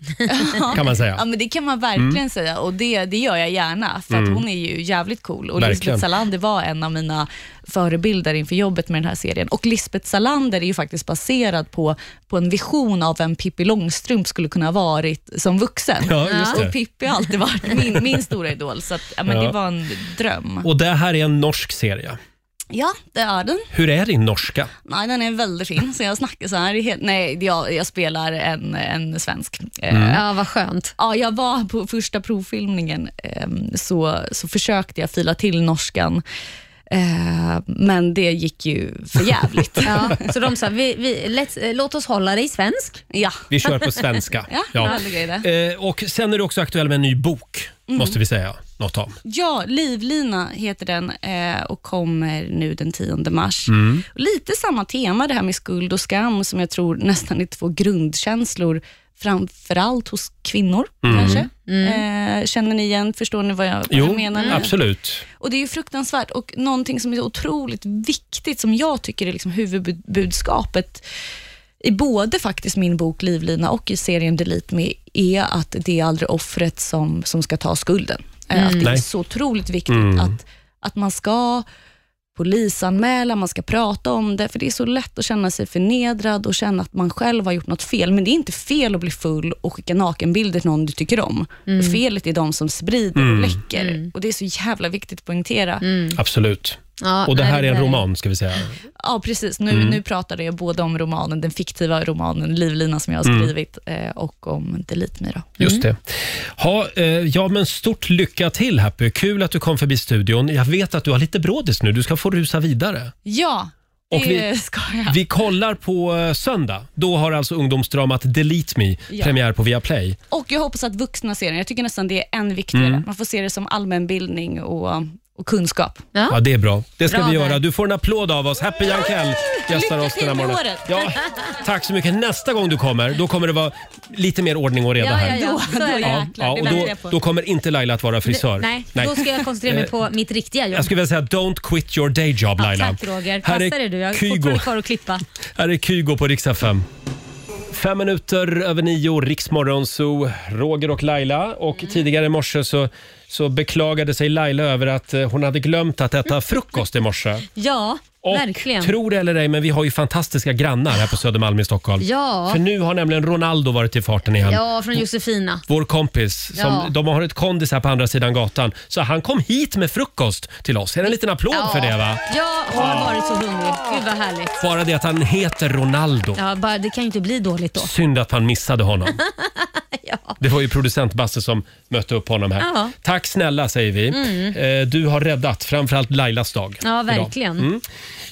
A: Kan man säga.
S: Ja, men det kan man verkligen
A: Mm.
S: säga och det, det gör jag gärna för
A: Mm.
S: att hon är ju jävligt cool. Och
A: Verkligen.
S: Lisbeth Salander var en av mina förebilder inför jobbet med den här serien. Och Lisbeth Salander är ju faktiskt baserad på, på en vision av vem Pippi Långstrump skulle kunna ha varit som vuxen.
A: Ja, just det.
S: Och Pippi har alltid varit min, min stora idol, så att, ja, men
A: Ja.
S: det var en dröm.
A: Och det här är en norsk serie.
S: Ja, det är den.
A: Hur är din norska?
S: Nej, den är väldigt fin, så jag snackar så här. i hel- Nej, jag, jag spelar en, en svensk. Eh,
D: Mm. Ja, vad skönt.
S: Ja, jag var på första provfilmningen, eh, så, så försökte jag fila till norskan, eh, men det gick ju för jävligt.
D: Ja, så de sa, vi, vi, let's, eh, låt oss hålla det i svensk.
S: Ja.
A: Vi kör på svenska. Eh, och sen är du också aktuell med en ny bok,
S: Mm.
A: måste vi säga något om.
S: Ja, Livlina heter den eh, och kommer nu den 10 mars.
A: Mm.
S: Lite samma tema, det här med skuld och skam, som jag tror nästan är två grundkänslor, framförallt hos kvinnor
A: Mm.
S: kanske. Eh, känner ni igen, förstår ni vad jag, vad
A: Jo,
S: jag menar? nu?
A: absolut.
S: Och Det är ju fruktansvärt och någonting som är så otroligt viktigt, som jag tycker är liksom huvudbudskapet i både faktiskt min bok Livlina och i serien Delete Me, är att det är aldrig offret som, som ska ta skulden. Eh,
T: Mm.
S: Att det är
T: Nej.
S: så otroligt viktigt
T: Mm.
S: att, att man ska polisanmäla, man ska prata om det, för det är så lätt att känna sig förnedrad och känna att man själv har gjort något fel. Men det är inte fel att bli full och skicka nakenbilder till någon du tycker om.
T: Mm.
S: Felet är de som sprider och
A: Mm.
S: läcker. Och det är så jävla viktigt att poängtera.
A: Absolut.
S: Ja,
A: och det
S: nej,
A: här
S: det
A: är en
S: där Mm. är-
A: roman, ska vi säga.
S: Ja, precis. Nu,
A: Mm.
S: nu pratade jag både om romanen, den fiktiva romanen Livlina som jag har
A: Mm.
S: skrivit eh, och om Delete Me. Då.
A: Just det. Ha, eh, ja, men stort lycka till Happy. Kul att du kom förbi studion. Jag vet att du har lite brådis nu. Du ska få rusa vidare.
S: Ja, det
A: Och vi-
S: ska jag.
A: Vi kollar på eh, söndag. Då har alltså ungdomsdramat Delete Me
S: Ja.
A: premiär på Viaplay.
S: Och jag hoppas att vuxna ser den. Jag tycker nästan det är än viktigare.
A: Mm.
S: Man får se det som allmänbildning och, och kunskap.
A: Ja. det är bra. Det ska
S: Bra
A: vi
S: där.
A: göra. Du får en applåd av oss. Happy Jankell gästar
S: Lycka
A: oss den här
S: till med
A: morgonen.
S: året.
A: Ja, tack så mycket. Nästa gång du kommer, då kommer det vara lite mer ordning och reda
D: Ja, ja,
A: här.
D: ja. Så är det. Jäklar,
A: ja,
D: det
A: och
D: väntar
A: då,
D: jag på.
A: då kommer inte Laila att vara frisör.
D: Nej, då ska jag koncentrera mig
A: Eh,
D: på mitt riktiga jobb.
A: Jag skulle vilja säga don't quit your day job Laila.
D: Tack Roger.
A: Här
D: Passa
A: är,
D: dig du, jag har
A: Kygo.
D: fortfarande kvar att klippa.
A: här är Kygo på riksdag 5. Fem minuter över nio, Riksmorgon Zoo, Roger och Laila. Och
D: Mm.
A: tidigare i morse så, så beklagade sig Laila över att eh, hon hade glömt att äta frukost i morse.
D: Ja,
A: Och
D: verkligen.
A: Tro det eller ej, men vi har ju fantastiska grannar här på Södermalm i Stockholm.
D: Ja.
A: För nu har nämligen Ronaldo varit i farten igen.
D: Ja, från Josefina.
A: Vår kompis, som,
D: Ja.
A: de har ett kondis här på andra sidan gatan. Så han kom hit med frukost till oss. Är det en liten applåd
D: Ja.
A: för det va?
D: Ja, och har varit så hungrig. Gud vad härligt.
A: Bara det att han heter Ronaldo.
D: Ja, bara, det kan ju inte bli dåligt då.
A: Synd att man missade honom. Det var ju producent Basse som mötte upp honom här.
D: Ja.
A: Tack snälla säger vi.
D: Mm.
A: Eh, Du har räddat framförallt Lailas dag.
D: Ja,
A: idag. Mm.
D: verkligen.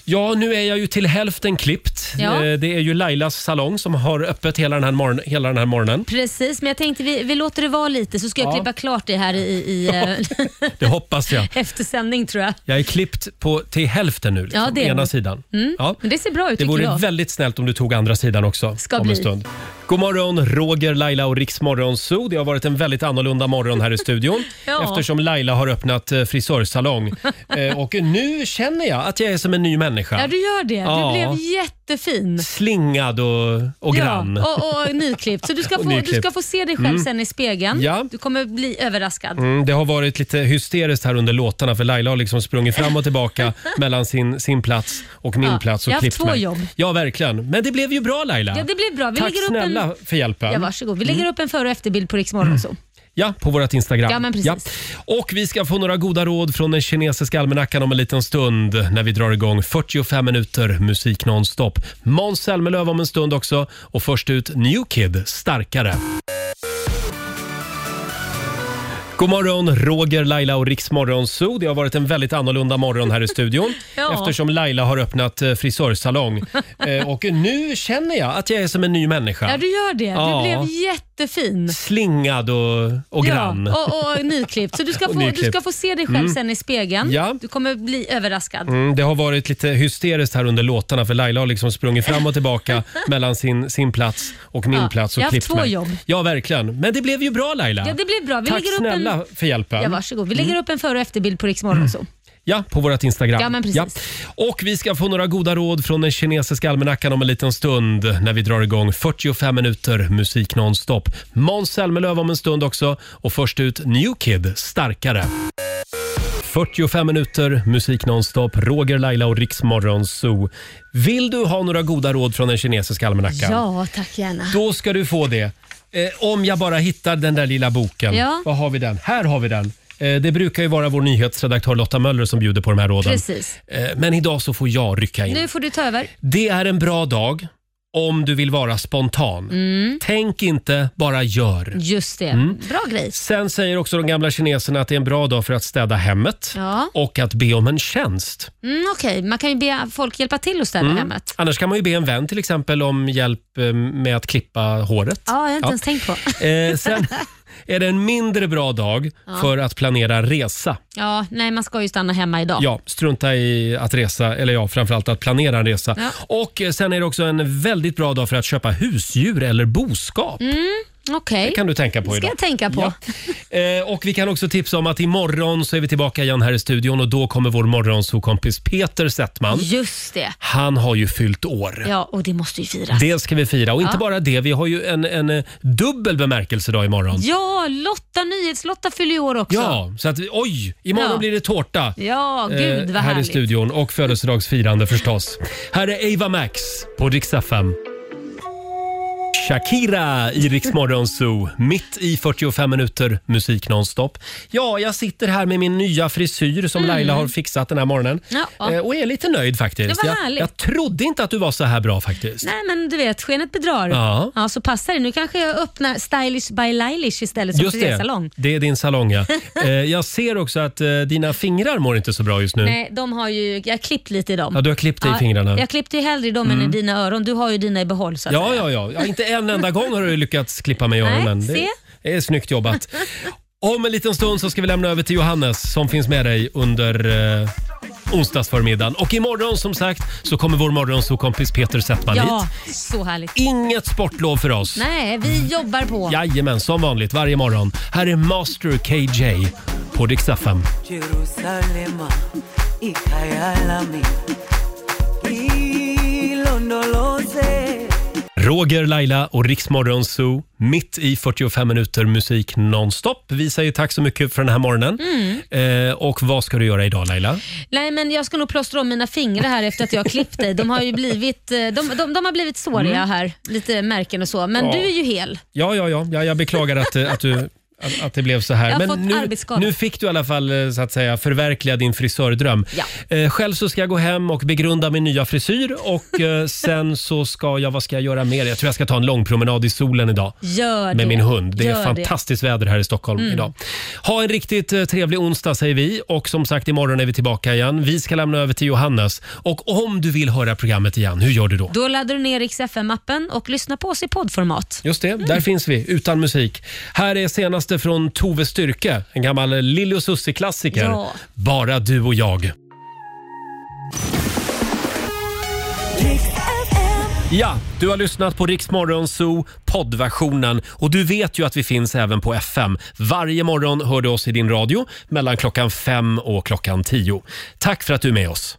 A: Ja, nu är jag ju till hälften klippt.
D: Ja.
A: Eh, Det är ju Lailas salong som har öppet hela den här, morgon, hela den här morgonen.
D: Precis, men jag tänkte vi, vi låter det vara lite så ska jag
A: Ja.
D: klippa klart det här i, i eh,
A: Det hoppas jag.
D: efter sändning tror jag.
A: Jag är klippt på, till hälften nu, liksom,
D: Ja, det är
A: ena
D: du.
A: sidan.
D: Mm.
A: Ja.
D: Men det ser bra ut
A: Det
D: tycker
A: vore
D: jag.
A: väldigt snällt om du tog andra sidan också.
D: Ska
A: om
D: bli.
A: en stund. God morgon, Roger, Laila och Riksmorgon Zoo. Det har varit en väldigt annorlunda morgon här i studion
D: Ja.
A: eftersom Laila har öppnat eh, frisörsalong. Eh, och nu känner jag att jag är som en ny människa.
D: Ja, du gör det.
A: Ja.
D: Du blev jättefin.
A: Slingad och, och grann.
D: Ja, och, och nyklippt. Så du ska,
A: Och
D: få, du
A: nyklippt.
D: ska få se dig själv
A: Mm.
D: sen i spegeln.
A: Ja.
D: Du kommer bli överraskad.
A: Mm, det har varit lite hysteriskt här under låtarna för Laila har liksom sprungit fram och tillbaka mellan sin, sin plats och min
D: Ja,
A: plats
D: jag
A: och
D: har haft
A: klippt
D: två
A: mig.
D: jobb.
A: Ja, verkligen. Men det blev ju bra Laila.
D: Ja, det blir bra. Vi
A: Tack
D: lägger upp
A: snälla
D: en...
A: för hjälpen.
D: Ja, varsågod. Vi lägger
A: Mm.
D: upp en före och efterbild på Rix Morgon så.
A: Ja, på vårt Instagram.
D: Ja, men precis.
A: Och vi ska få några goda råd från den kinesiska almanackan om en liten stund när vi drar igång 45 minuter musik nonstop. Måns Zelmerlöw om en stund också och först ut New Kid, Starkare. God morgon, Roger, Laila och Riksmorgon Zoo. Det har varit en väldigt annorlunda morgon här i studion
D: Ja.
A: eftersom Laila har öppnat eh, frisörsalong. Eh, Och nu känner jag att jag är som en ny människa.
D: Ja, du gör det.
A: Ja.
D: Du blev jättefin.
A: Slingad och, och grann.
D: Ja, och, och nyklippt. Så du ska,
A: Och
D: få, du
A: nyklippt.
D: ska få se dig själv
A: Mm.
D: sen i spegeln.
A: Ja.
D: Du kommer bli överraskad.
A: Mm, det har varit lite hysteriskt här under låtarna för Laila har liksom sprungit fram och tillbaka mellan sin, sin plats och min
D: Ja,
A: plats och
D: jag har haft
A: klippt
D: två
A: mig.
D: jobb.
A: Ja, verkligen. Men det blev ju bra Laila.
D: Ja, det blir bra. Vi
A: Tack
D: lägger upp
A: snälla Mm.
D: en...
A: för hjälpen.
D: Ja, varsågod. Vi lägger upp en före och efterbild på Rix Morgon så.
A: Ja, på vårt Instagram.
D: Ja, men precis.
A: Och vi ska få några goda råd från den kinesiska almanackan om en liten stund när vi drar igång 45 minuter musik nonstop. Måns Zelmerlöw om en stund också och först ut New Kid, Starkare. 45 minuter musik nonstop, Roger, Laila och Riksmorgon Zoo. Vill du ha några goda råd från den kinesiska almanackan?
D: Ja, tack gärna.
A: Då ska du få det. Eh, om jag bara hittar den där lilla boken.
D: Ja.
A: Var har vi den? Här har vi den. Eh, det brukar ju vara vår nyhetsredaktör Lotta Möller som bjuder på de här råden.
D: Precis.
A: Eh, men idag så får jag rycka in.
D: Nu får du ta över.
A: Det är en bra dag om du vill vara spontan.
D: Mm.
A: Tänk inte, bara gör.
D: Just det.
A: Mm.
D: Bra grej.
A: Sen säger också de gamla kineserna att det är en bra dag för att städa hemmet
D: Ja.
A: och att be om en tjänst.
D: Mm, Okej, man kan ju be folk hjälpa till att städa
A: Mm.
D: hemmet.
A: Annars kan man ju be en vän till exempel om hjälp eh, med att klippa håret.
D: Ja, jag har inte
A: Ja.
D: ens tänkt på.
A: Eh, sen är det en mindre bra dag
D: Ja.
A: för att planera en resa.
D: Ja, nej man ska ju stanna hemma idag.
A: Ja, strunta i att resa, eller ja, framförallt att planera en resa.
D: Ja.
A: Och eh, sen är det också en väldigt bra dag för att köpa husdjur eller boskap.
D: Mm, Okej.
A: Det kan du tänka på
D: Det ska
A: idag.
D: jag tänka på.
A: Ja. Eh, och vi kan också tipsa om att imorgon så är vi tillbaka igen här i studion och då kommer vår morgonsokompis Peter Settman.
D: Just det.
A: Han har ju fyllt år.
D: Ja, och det måste ju firas.
A: Det ska vi fira. Och inte
D: Ja.
A: bara det, vi har ju en, en eh, dubbel bemärkelsedag imorgon.
D: Ja, Lotta Nyhetslotta fyller ju år också.
A: Ja, så att vi, oj! Imorgon
D: Ja.
A: blir det tårta. Eh,
D: Ja, gud vad
A: här
D: härligt.
A: i studion och födelsedagsfirande förstås. Här är Ava Max på Rix FM. Shakira i Rix Morgon Zoo, mitt i 45 minuter musik nonstop. Ja, jag sitter här med min nya frisyr som
D: Mm.
A: Laila har fixat den här morgonen.
D: Ja.
A: Eh, Och är lite nöjd faktiskt.
D: Det var
A: jag,
D: härligt.
A: jag trodde inte att du var så här bra faktiskt.
D: Nej men du vet, skenet bedrar.
A: Ja.
D: så passar det. Nu kanske jag öppnar Stylish by Lailish istället som
A: Just det,
D: frisersalong.
A: det är din salong ja. Eh, Jag ser också att eh, dina fingrar mår inte så bra just nu.
D: Nej, de har ju, jag har klippt lite i dem.
A: Ja, du har klippt dig i fingrarna.
D: Jag klippte ju hellre i dem än
A: Mm.
D: i dina öron. Du har ju dina i behåll så att
A: Ja,
D: säga.
A: ja, ja, ja. Inte en enda gång har du lyckats klippa mig i öronen.
D: Nej,
A: Det,
D: se.
A: det är snyggt jobbat. Om en liten stund så ska vi lämna över till Johannes som finns med dig under eh, onsdagsförmiddagen. Och imorgon som sagt så kommer vår morgonsåkompis Peter Settman
D: Ja,
A: hit.
D: så härligt.
A: Inget sportlov för oss.
D: Nej, vi jobbar på.
A: Jajamän, som vanligt varje morgon. Här är Master KJ på Dix FM.
T: Jerusalema ikhaya lami ilondoloze
A: Roger, Laila och Riksmorgon Zoo mitt i 45 minuter musik nonstop. Vi säger tack så mycket för den här morgonen.
D: Mm.
A: Eh, och vad ska du göra idag Laila?
D: Nej, men jag ska nog plåstra om mina fingrar här efter att jag har klippt dig. De har ju blivit, eh, de, de, de har blivit såriga
A: Mm.
D: här, lite märken och så. Men
A: Ja.
D: du är ju hel.
A: Ja, ja, ja. ja jag beklagar att, eh, att du att, att det blev så här.
D: Jag har fått
A: Men nu,
D: arbetsskada.
A: nu fick du i alla fall eh, så att säga, förverkliga din frisördröm.
D: Ja.
A: Eh, själv så ska jag gå hem och begrunda min nya frisyr och eh, sen så ska jag, vad ska jag göra mer? Jag tror jag ska ta en lång promenad i solen idag.
D: Gör det.
A: Med min hund. Det
D: Gör
A: är fantastiskt väder här i Stockholm
D: Mm.
A: idag. Ha en riktigt eh, trevlig onsdag säger vi och som sagt imorgon är vi tillbaka igen. Vi ska lämna över till Johannes och om du vill höra programmet igen, hur gör du då?
D: Då laddar du ner Rix FM-appen och lyssnar på oss i poddformat.
A: Just det, där finns vi utan musik. Här är senaste från Tove Styrke, en gammal Lilly och Susie-klassiker.
D: Ja.
A: Bara du och jag. Ja, du har lyssnat på Rix Morgon Zoo poddversionen och du vet ju att vi finns även på FM. Varje morgon hör du oss i din radio mellan klockan fem och klockan tio. Tack för att du är med oss.